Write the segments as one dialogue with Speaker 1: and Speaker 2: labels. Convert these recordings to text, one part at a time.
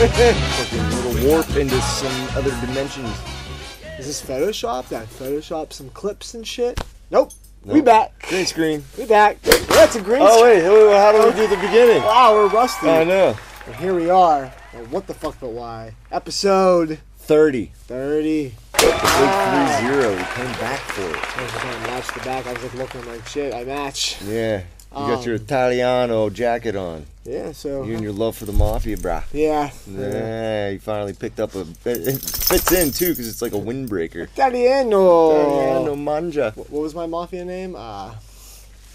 Speaker 1: Fucking little warp into some other dimensions.
Speaker 2: Is this Photoshopped?
Speaker 1: Uh,
Speaker 2: I photoshopped some clips and shit. Nope. We back.
Speaker 1: Green screen.
Speaker 2: We back. That's a green
Speaker 1: Oh
Speaker 2: screen.
Speaker 1: wait, wait, wait, how do we do the beginning?
Speaker 2: Wow, Ah, we're rusty.
Speaker 1: I know.
Speaker 2: But here we are. Well, what the fuck but why? Episode
Speaker 1: Thirty. Ah.
Speaker 2: 30.
Speaker 1: The big three zero. We came back for it.
Speaker 2: I was just trying to match the back. I was like looking like shit. I match.
Speaker 1: Yeah. You got your
Speaker 2: Um,
Speaker 1: Italiano jacket on.
Speaker 2: Yeah, so.
Speaker 1: You and your love for the mafia, brah.
Speaker 2: yeah.
Speaker 1: Yeah, you finally picked up a. It it fits in too, because it's like a windbreaker. Italiano
Speaker 2: Italiano.
Speaker 1: manja.
Speaker 2: What was my mafia name? Uh,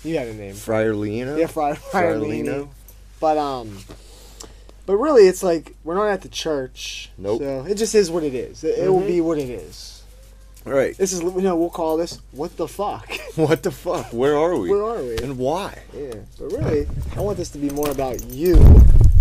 Speaker 2: you had a name.
Speaker 1: Friarlino.
Speaker 2: Yeah, Friar
Speaker 1: Friarlino.
Speaker 2: Friarlino. But um, but really, it's like we're not at the church.
Speaker 1: Nope. Mm-hmm.
Speaker 2: So it just is what it is. It, it will be what it is.
Speaker 1: All right.
Speaker 2: This is you know we'll call this what the fuck.
Speaker 1: What the fuck? Where are we?
Speaker 2: Where are we?
Speaker 1: And why?
Speaker 2: Yeah. But really, I want this to be more about you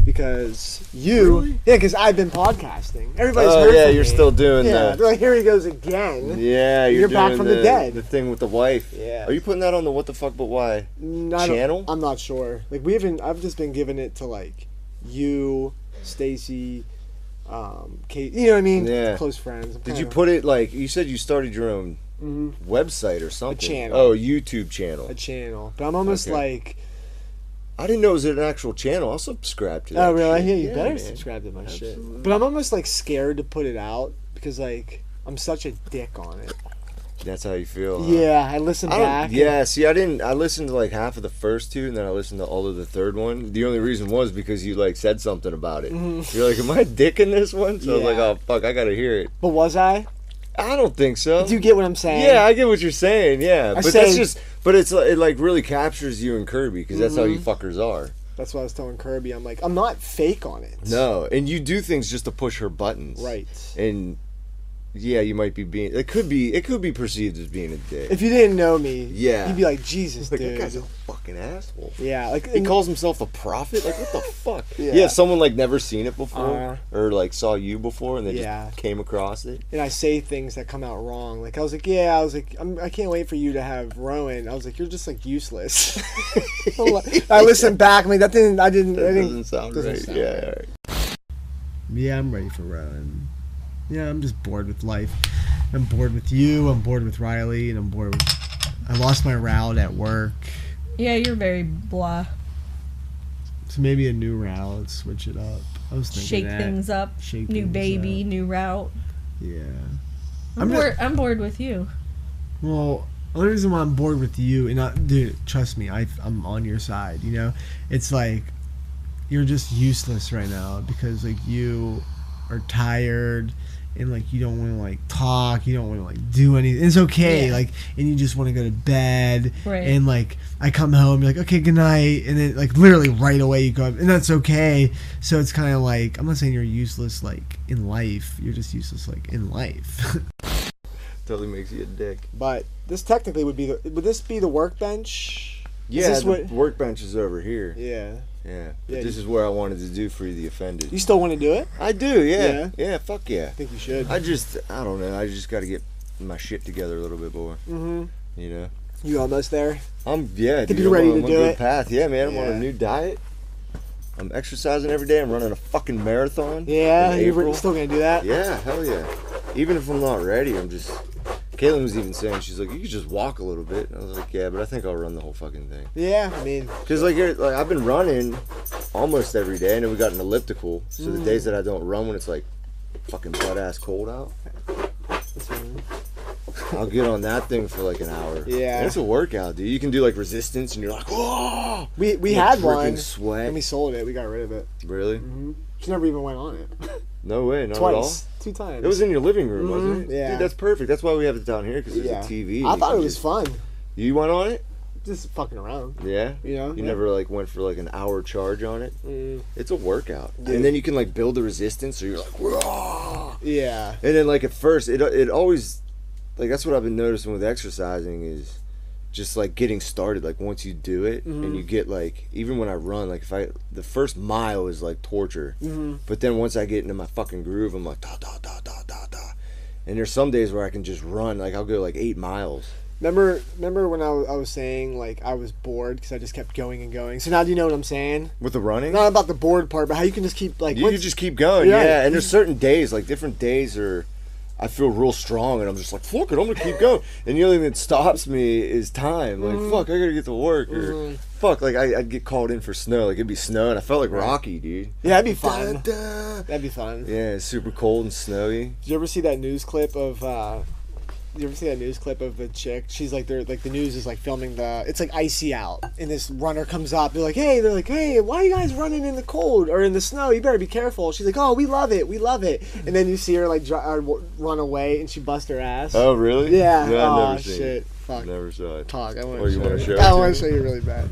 Speaker 2: because you
Speaker 1: Really?
Speaker 2: yeah because I've been podcasting. Everybody's
Speaker 1: oh
Speaker 2: heard
Speaker 1: yeah,
Speaker 2: from
Speaker 1: you're
Speaker 2: me.
Speaker 1: still doing
Speaker 2: yeah.
Speaker 1: that.
Speaker 2: They're like here he goes again.
Speaker 1: Yeah, you're,
Speaker 2: You're back
Speaker 1: doing
Speaker 2: from the dead.
Speaker 1: The thing with the wife.
Speaker 2: Yeah.
Speaker 1: Are you putting that on the what the fuck but why?
Speaker 2: Mm, I don't-
Speaker 1: Channel?
Speaker 2: I'm not sure. Like we haven't. I've just been giving it to like you, Stacy, um, Kate. You know what I mean?
Speaker 1: Yeah.
Speaker 2: Close friends. I'm
Speaker 1: Did
Speaker 2: kinda-
Speaker 1: you put it like you said you started your own
Speaker 2: Mhm.
Speaker 1: website or something?
Speaker 2: channel.
Speaker 1: Oh, YouTube channel.
Speaker 2: a channel? But I'm almost
Speaker 1: Okay.
Speaker 2: like,
Speaker 1: I didn't know it was an actual channel. I'll subscribe to that.
Speaker 2: oh really?
Speaker 1: shit.
Speaker 2: Yeah, you better
Speaker 1: man.
Speaker 2: subscribe to my
Speaker 1: Absolutely.
Speaker 2: shit. But I'm almost like scared to put it out because like I'm such a dick on it.
Speaker 1: That's how you feel. huh?
Speaker 2: Yeah, I listen
Speaker 1: Uh-huh. I
Speaker 2: back.
Speaker 1: don't, yeah, see, I didn't. I listened to like half of the first two, and then I listened to all of the third one. The only reason was because you like said something about it. You're like, "Am I a dick in this one?" So I was like,
Speaker 2: Mm-hmm. Yeah.
Speaker 1: "Oh fuck, I gotta hear it."
Speaker 2: But was I?
Speaker 1: I don't think so.
Speaker 2: Do you get what I'm saying?
Speaker 1: Yeah, I get what you're saying. Yeah,
Speaker 2: I
Speaker 1: but that's
Speaker 2: say-
Speaker 1: just. But it's li- it like really captures you and Kirby because that's how you
Speaker 2: Mm-hmm.
Speaker 1: fuckers are.
Speaker 2: That's what I was telling Kirby. I'm like, I'm not fake on it.
Speaker 1: No, and you do things just to push her buttons.
Speaker 2: Right.
Speaker 1: And yeah, you might be being. It could be. It could be perceived as being a dick.
Speaker 2: If you didn't know me,
Speaker 1: Yeah.
Speaker 2: you'd be like, Jesus,
Speaker 1: like that
Speaker 2: dude.
Speaker 1: guy's a fucking asshole.
Speaker 2: Yeah, like
Speaker 1: He calls himself a prophet. Like what the fuck?
Speaker 2: Yeah.
Speaker 1: if someone like never seen it before
Speaker 2: Uh.
Speaker 1: or like saw you before and they
Speaker 2: Yeah.
Speaker 1: just came across it.
Speaker 2: and I say things that come out wrong. Like I was like, yeah, I was like, I'm, I can't wait for you to have Rowan. I was like, you're just like useless. I listened back. I'm like that didn't. I didn't.
Speaker 1: That
Speaker 2: I didn't.
Speaker 1: doesn't sound
Speaker 2: doesn't
Speaker 1: right.
Speaker 2: sound
Speaker 1: yeah.
Speaker 2: right.
Speaker 1: all right.
Speaker 2: Yeah, I'm ready for Rowan. Yeah, I'm just bored with life. I'm bored with you. I'm bored with Riley, and I'm bored. with... I lost my route at work,
Speaker 3: Yeah, you're very blah.
Speaker 2: so maybe a new route. Let's switch it up. I was thinking
Speaker 3: Shake
Speaker 2: that.
Speaker 3: things up.
Speaker 2: Shake
Speaker 3: new
Speaker 2: things
Speaker 3: baby, new route.
Speaker 2: Yeah.
Speaker 3: I'm,
Speaker 2: I'm not-
Speaker 3: bored. I'm bored with you.
Speaker 2: Well, the only reason why I'm bored with you, and I, dude, trust me, I, I'm on your side. You know, it's like you're just useless right now because like you are tired and like you don't want to like talk, you don't want to like do anything. It's okay,
Speaker 3: Yeah.
Speaker 2: like, and you just want to go to bed.
Speaker 3: Right.
Speaker 2: And like I come home, you're like, okay, good night, and then like literally right away you go, up, and that's okay. So it's kind of like I'm not saying you're useless like in life. You're just useless like in life.
Speaker 1: Totally makes you a dick.
Speaker 2: But this technically would be the would this be the workbench?
Speaker 1: Yeah,
Speaker 2: this
Speaker 1: the
Speaker 2: what-
Speaker 1: workbench is over here.
Speaker 2: Yeah.
Speaker 1: Yeah. But
Speaker 2: Yeah,
Speaker 1: this
Speaker 2: you-
Speaker 1: is where I wanted to do free the offended.
Speaker 2: You still want to do it?
Speaker 1: I do, yeah. yeah.
Speaker 2: Yeah?
Speaker 1: fuck yeah.
Speaker 2: I think you should.
Speaker 1: I just I don't know, I just gotta get my shit together a little bit more,
Speaker 2: mm-hmm.
Speaker 1: you know.
Speaker 2: You almost there?
Speaker 1: I'm yeah,
Speaker 2: Think
Speaker 1: dude,
Speaker 2: you're ready
Speaker 1: I'm on
Speaker 2: to
Speaker 1: a
Speaker 2: do
Speaker 1: good
Speaker 2: it?
Speaker 1: path. Yeah, man, I'm on a
Speaker 2: Yeah.
Speaker 1: new diet. I'm exercising every day, I'm running a fucking marathon.
Speaker 2: Yeah.
Speaker 1: in
Speaker 2: You're
Speaker 1: April.
Speaker 2: still gonna do that?
Speaker 1: Yeah, hell yeah. Even if I'm not ready, I'm just Caitlin was even saying she's like, you could just walk a little bit. And I was like, yeah, but I think I'll run the whole fucking thing.
Speaker 2: Yeah. I mean,
Speaker 1: Cause like, you're, like I've been running almost every day, and then we got an elliptical. So the days that I don't run when it's like fucking butt ass cold out,
Speaker 2: that's fine.
Speaker 1: I'll get on that thing for like an hour.
Speaker 2: Yeah.
Speaker 1: And it's a workout, dude. You can do like resistance, and you're like, oh,
Speaker 2: we we
Speaker 1: You're
Speaker 2: had
Speaker 1: freaking
Speaker 2: one
Speaker 1: sweat.
Speaker 2: and we sold it. We got rid of it.
Speaker 1: really?
Speaker 2: She never even went on it.
Speaker 1: No way, not at all.
Speaker 2: Twice, two times.
Speaker 1: It was in your living room, wasn't
Speaker 2: Mhm,
Speaker 1: it?
Speaker 2: yeah.
Speaker 1: Dude, that's perfect. That's why we have it down here because there's a TV.
Speaker 2: I
Speaker 1: You
Speaker 2: thought
Speaker 1: can
Speaker 2: it was
Speaker 1: just-
Speaker 2: fun.
Speaker 1: You went on it?
Speaker 2: Just fucking around.
Speaker 1: Yeah.
Speaker 2: You know.
Speaker 1: You never like went for like an hour charge on it.
Speaker 2: Mm,
Speaker 1: It's a workout,
Speaker 2: Yeah.
Speaker 1: and then you can like build the resistance. So you're like, Whoa!
Speaker 2: yeah.
Speaker 1: And then like at first, it it always like that's what I've been noticing with exercising is just like getting started. Like once you do it, and you get like even when I run, like if I the first mile is like torture,
Speaker 2: Mhm.
Speaker 1: but then once I get into my fucking groove, I'm like da da da da da da. And there's some days where I can just run, like I'll go like eight miles,
Speaker 2: Remember, remember when I wa- I was saying like I was bored because I just kept going and going. So now do you know what I'm saying?
Speaker 1: With the running,
Speaker 2: Not about the bored part, but how you can just keep like
Speaker 1: you,
Speaker 2: once-
Speaker 1: you just keep going.
Speaker 2: Yeah.
Speaker 1: Yeah. and there's certain days, like different days are. I feel real strong, and I'm just like, "Fuck it, I'm gonna keep going." And the only thing that stops me is time. Like,
Speaker 2: Mm-hmm.
Speaker 1: fuck, I gotta get to work, or
Speaker 2: Mhm.
Speaker 1: fuck, like I, I'd get called in for snow. Like it'd be snow, and I felt like Rocky, dude.
Speaker 2: yeah, that'd be fun.
Speaker 1: Da, da.
Speaker 2: That'd be fun.
Speaker 1: Yeah, it's super cold and snowy.
Speaker 2: Did you ever see that news clip of? uh did you ever see that news clip of the chick? She's like, they're like the news is like filming the. It's like icy out, and this runner comes up. They're like, hey, they're like, hey, why are you guys running in the cold or in the snow? You better be careful. She's like, oh, we love it, we love it. And then you see her like dri- uh, w- run away, and she busts her ass.
Speaker 1: Oh, really?
Speaker 2: yeah.
Speaker 1: No,
Speaker 2: oh
Speaker 1: I never seen
Speaker 2: shit.
Speaker 1: It.
Speaker 2: Fuck.
Speaker 1: Never saw it.
Speaker 2: Talk. I want
Speaker 1: Or
Speaker 2: to
Speaker 1: you
Speaker 2: show
Speaker 1: wanna show
Speaker 2: you.
Speaker 1: it
Speaker 2: I
Speaker 1: to
Speaker 2: want
Speaker 1: me?
Speaker 2: to show you really bad.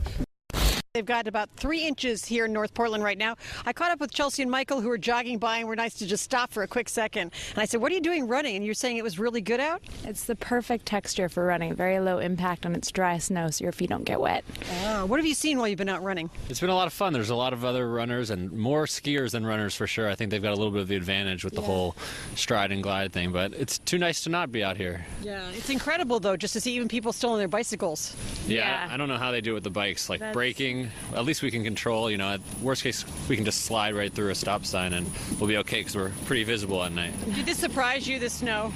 Speaker 4: They've got about three inches here in North Portland right now. I caught up with Chelsea and Michael, who were jogging by, and were nice to just stop for a quick second. And I said, "What are you doing running?" And you're saying it was really good out.
Speaker 5: It's the perfect texture for running. Very low impact on its dry snow so your feet don't get wet.
Speaker 4: Uh, what have you seen while you've been out running?
Speaker 6: It's been a lot of fun. There's a lot of other runners and more skiers than runners for sure. I think they've got a little bit of the advantage with the whole stride and glide thing, but it's too nice to not be out here.
Speaker 4: Yeah, it's incredible though, just to see even people still on their bicycles.
Speaker 6: Yeah,
Speaker 5: Yeah.
Speaker 6: I, I don't know how they do it with the bikes. Like
Speaker 5: That's-
Speaker 6: braking, at least we can control. You know, at worst case, we can just slide right through a stop sign and we'll be okay because we're pretty visible at night.
Speaker 4: Did this surprise you? The snow?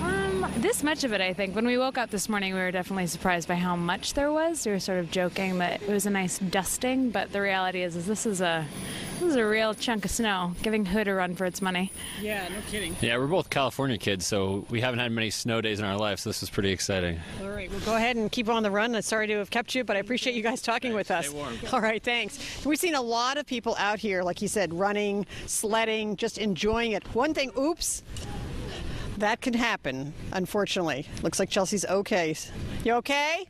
Speaker 5: Um, this much of it, I think. When we woke up this morning, we were definitely surprised by how much there was. We were sort of joking that it was a nice dusting, but the reality is, is this is a this is a real chunk of snow, giving Hood a run for its money.
Speaker 4: Yeah, no kidding.
Speaker 6: Yeah, we're both California kids, so we haven't had many snow days in our life, so this is pretty exciting.
Speaker 4: All right, well, go ahead and keep on the run. I'm sorry to have kept you, but I appreciate you guys talking with us.
Speaker 6: Stay warm.
Speaker 4: All right, thanks. So we've seen a lot of people out here, like you said, running, sledding, just enjoying it. One thing, oops, that can happen, unfortunately. Looks like Chelsea's okay. You okay?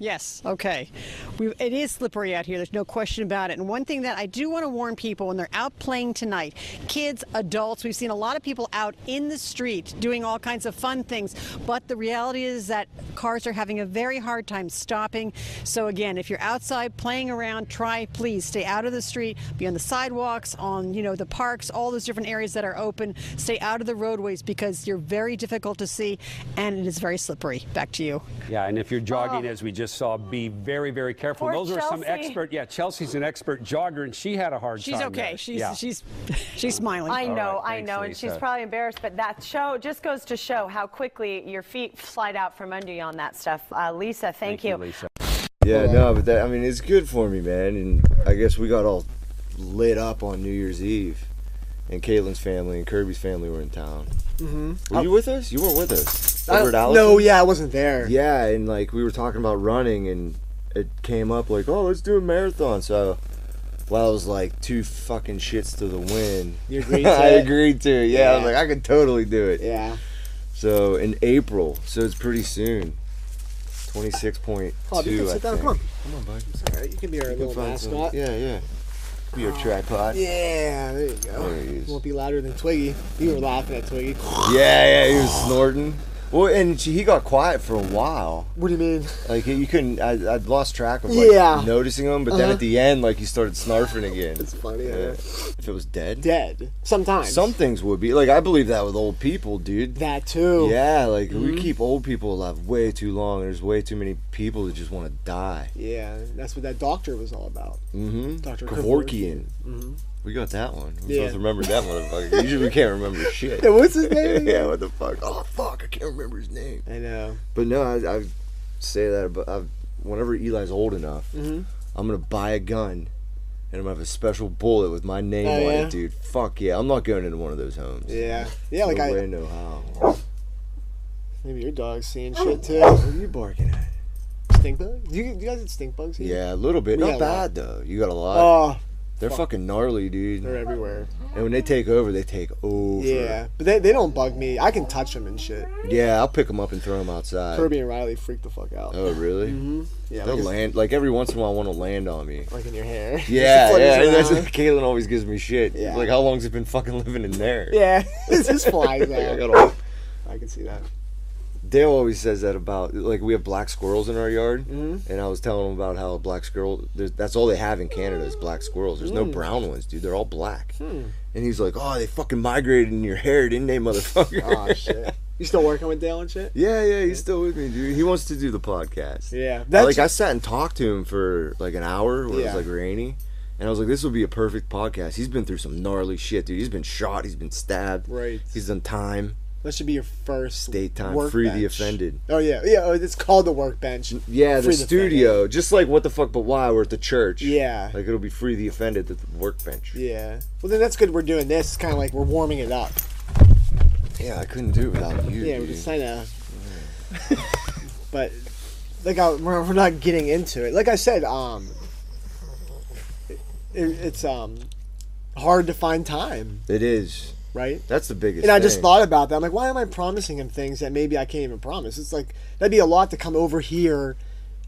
Speaker 4: Yes, okay. We, it is slippery out here, there's no question about it. And one thing that I do want to warn people when they're out playing tonight kids, adults, we've seen a lot of people out in the street doing all kinds of fun things. But the reality is that cars are having a very hard time stopping. So, again, if you're outside playing around, try, please stay out of the street, be on the sidewalks, on, you know, the parks, all those different areas that are open. Stay out of the roadways because you're very difficult to see and it is very slippery. Back to you.
Speaker 7: Yeah, and if you're jogging, as we just saw, be very, very careful.
Speaker 5: Poor
Speaker 7: Those are some
Speaker 5: Chelsea.
Speaker 7: expert. Yeah, Chelsea's an expert jogger, and she had a hard
Speaker 4: She's
Speaker 7: time.
Speaker 4: okay.
Speaker 7: there.
Speaker 4: She's
Speaker 7: Yeah.
Speaker 4: she's she's smiling.
Speaker 8: I
Speaker 7: All
Speaker 8: know,
Speaker 7: right,
Speaker 8: I
Speaker 7: thanks,
Speaker 8: know, and
Speaker 7: Lisa.
Speaker 8: she's probably embarrassed, but that show just goes to show how quickly your feet slide out from under you on that stuff. Uh, Lisa, thank,
Speaker 7: Thank you, Lisa.
Speaker 1: Yeah,
Speaker 2: uh,
Speaker 1: no, but that I mean, it's good for me, man. And I guess we got all lit up on New Year's Eve, and Caitlin's family and Kirby's family were in town. Mm-hmm. Were you with us? You weren't with us.
Speaker 2: I-
Speaker 1: Over at Allison's?
Speaker 2: no, yeah, I wasn't there.
Speaker 1: Yeah, and like we were talking about running, and it came up like, oh, let's do a marathon. So, well, I was like two fucking shits to the wind.
Speaker 2: You agreed to
Speaker 1: I
Speaker 2: it?
Speaker 1: agreed to it. Yeah, I was
Speaker 2: Yeah.
Speaker 1: like, I could totally do it.
Speaker 2: Yeah.
Speaker 1: So in April, so it's pretty soon. Twenty six point
Speaker 2: Oh,
Speaker 1: two.
Speaker 2: you can sit down. Come on.
Speaker 1: come on, bud.
Speaker 2: All right, you can be our
Speaker 1: Go
Speaker 2: little
Speaker 1: find some-
Speaker 2: mascot.
Speaker 1: Yeah, yeah. Be your tripod. Yeah.
Speaker 2: Yeah, there you go.
Speaker 1: There he is.
Speaker 2: Won't be louder than Twiggy. You were laughing at Twiggy.
Speaker 1: yeah, He was snorting. Well, and she, he got quiet for a while.
Speaker 2: What do you mean?
Speaker 1: Like you couldn't. I, I'd lost track of like
Speaker 2: Yeah.
Speaker 1: noticing him, but then at the end, like he started snarfing again.
Speaker 2: It's funny.
Speaker 1: Yeah.
Speaker 2: Yeah.
Speaker 1: If it was dead,
Speaker 2: Dead. Sometimes.
Speaker 1: some things would be. Like I believe that with old people, dude.
Speaker 2: That too.
Speaker 1: Yeah, like we keep old people alive way too long. There's way too many people that just want to die.
Speaker 2: Yeah, that's what that doctor was all about.
Speaker 1: Mm-hmm.
Speaker 2: Dr.
Speaker 1: Kevorkian. Mm-hmm. We got that one. We
Speaker 2: Yeah.
Speaker 1: both remembered that motherfucker. Usually we can't remember shit.
Speaker 2: Yeah, what's his name?
Speaker 1: yeah, what the fuck? Oh fuck, I can't remember his name.
Speaker 2: I know.
Speaker 1: But no, I, I say that. But I've, whenever Eli's old enough,
Speaker 2: Mhm.
Speaker 1: I'm gonna buy a gun, and I'm gonna have a special bullet with my name
Speaker 2: Oh,
Speaker 1: on
Speaker 2: yeah?
Speaker 1: it, dude. Fuck yeah, I'm not going into one of those homes.
Speaker 2: Yeah. Yeah, like
Speaker 1: no
Speaker 2: I.
Speaker 1: way, no how.
Speaker 2: Maybe your dog's seeing shit too.
Speaker 1: What are you barking at?
Speaker 2: Stink bug? Do you, do you guys get stink bugs here?
Speaker 1: Yeah, a little bit.
Speaker 2: We
Speaker 1: Not
Speaker 2: got a lot.
Speaker 1: bad though. You got a lot.
Speaker 2: Oh,
Speaker 1: They're fucking gnarly,
Speaker 2: they're
Speaker 1: dude.
Speaker 2: everywhere.
Speaker 1: And when they take over, they take over.
Speaker 2: Yeah, but they, they don't bug me. I can touch them and shit.
Speaker 1: Yeah, I'll pick them up and throw them outside.
Speaker 2: Kirby and Riley freak the fuck out.
Speaker 1: Oh really?
Speaker 2: Mm-hmm. yeah,
Speaker 1: They'll
Speaker 2: like,
Speaker 1: land like every once in a while. One will land on me.
Speaker 2: like in your hair.
Speaker 1: Yeah,
Speaker 2: Just
Speaker 1: yeah.
Speaker 2: flutters
Speaker 1: That's
Speaker 2: around.
Speaker 1: Caitlin always gives me shit.
Speaker 2: Yeah.
Speaker 1: Like, how long's it been fucking living in there?
Speaker 2: yeah. it just flies
Speaker 1: Like, I
Speaker 2: out.
Speaker 1: got all-
Speaker 2: I can see that.
Speaker 1: Dale always says that about like we have black squirrels in our yard,
Speaker 2: Mm-hmm.
Speaker 1: and I was telling him about how a black squirrel there's- that's all they have in Canada is black squirrels. There's
Speaker 2: Mm.
Speaker 1: no brown ones, dude. They're all
Speaker 2: Hmm.
Speaker 1: black. And he's like, "Oh, they fucking migrated in your hair, didn't they, motherfucker?"
Speaker 2: Oh shit. You still working with Dale and shit?
Speaker 1: Yeah, yeah, he's still with me, dude. He wants to do the podcast.
Speaker 2: Yeah.
Speaker 1: That's
Speaker 2: That's-
Speaker 1: like I sat and talked to him for like an hour when
Speaker 2: Yeah.
Speaker 1: it was like rainy. And I was like, this would be a perfect podcast. He's been through some gnarly shit, dude. He's been shot, he's been stabbed.
Speaker 2: Right.
Speaker 1: He's done time,
Speaker 2: That should be your first
Speaker 1: daytime,
Speaker 2: workbench.
Speaker 1: free the offended.
Speaker 2: Oh yeah, yeah. oh, It's called the workbench.
Speaker 1: Yeah, the
Speaker 2: Free
Speaker 1: studio. just like what the fuck but why we're at the church.
Speaker 2: Yeah.
Speaker 1: Like it'll be free the offended at the workbench.
Speaker 2: Yeah. Well, then that's good. We're doing this. It's kind of like we're warming it up.
Speaker 1: Yeah, I couldn't do it without you.
Speaker 2: Yeah, we're
Speaker 1: dude.
Speaker 2: just kind of. but like I, we're, we're not getting into it. Like I said, um, it, it's um hard to find time,
Speaker 1: It is.
Speaker 2: right?
Speaker 1: That's the biggest
Speaker 2: And I just
Speaker 1: thing.
Speaker 2: thought about that. I'm like, why am I promising him things that maybe I can't even promise? It's like that'd be a lot to come over here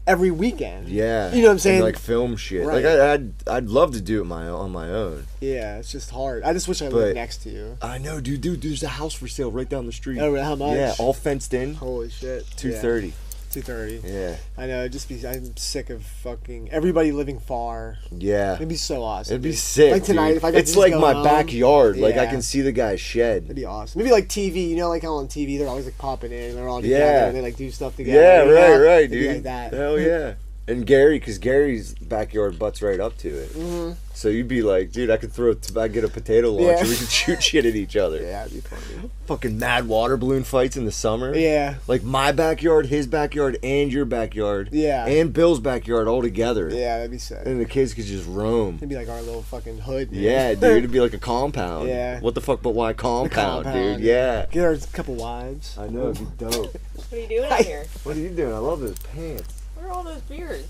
Speaker 2: every weekend.
Speaker 1: Yeah.
Speaker 2: You know what I'm
Speaker 1: and,
Speaker 2: saying?
Speaker 1: like film shit.
Speaker 2: Right.
Speaker 1: Like I, I'd I'd love to do it my on my own.
Speaker 2: yeah, it's just hard. I just wish I
Speaker 1: But-
Speaker 2: lived next to you.
Speaker 1: I know, dude. Dude, there's a house for sale right down the street.
Speaker 2: Oh, really? How much?
Speaker 1: Yeah, all fenced in.
Speaker 2: Holy shit.
Speaker 1: Two thirty.
Speaker 2: Two thirty.
Speaker 1: Yeah.
Speaker 2: I know. it'd Just be. I'm sick of fucking everybody living far.
Speaker 1: Yeah.
Speaker 2: It'd be so awesome.
Speaker 1: It'd be
Speaker 2: dude.
Speaker 1: sick.
Speaker 2: Like tonight,
Speaker 1: dude.
Speaker 2: if I could
Speaker 1: it's
Speaker 2: just
Speaker 1: like
Speaker 2: go
Speaker 1: my
Speaker 2: home,
Speaker 1: backyard. Like I
Speaker 2: Yeah.
Speaker 1: can see the guy's
Speaker 2: That'd
Speaker 1: shed.
Speaker 2: be awesome. Maybe like TV. You know, like how on TV they're always like popping in and they're all together
Speaker 1: Yeah.
Speaker 2: and they like do stuff
Speaker 1: Yeah,
Speaker 2: together. you know?
Speaker 1: right, right,
Speaker 2: It'd be
Speaker 1: dude.
Speaker 2: Like that.
Speaker 1: Hell yeah. And Gary, because Gary's backyard butts right up to it. So you'd be like, dude, I could throw, t- I get a potato launcher,
Speaker 2: Mm-hmm. Yeah.
Speaker 1: we could shoot shit at each other.
Speaker 2: Yeah, it'd be funny.
Speaker 1: Fucking mad water balloon fights in the summer.
Speaker 2: Yeah.
Speaker 1: Like my backyard, his backyard, and your backyard.
Speaker 2: Yeah.
Speaker 1: And Bill's backyard all together.
Speaker 2: Yeah, that'd be sick.
Speaker 1: And the kids could just roam.
Speaker 2: It'd be like our little fucking hood. man.
Speaker 1: Yeah, dude, it'd be like a compound.
Speaker 2: Yeah.
Speaker 1: What the fuck, but why compound,
Speaker 2: compound.
Speaker 1: dude? Yeah.
Speaker 2: Get our couple wives.
Speaker 1: I know, it'd be dope.
Speaker 3: What are you doing out here?
Speaker 1: what are you doing? I love those pants.
Speaker 3: Where are all those beers?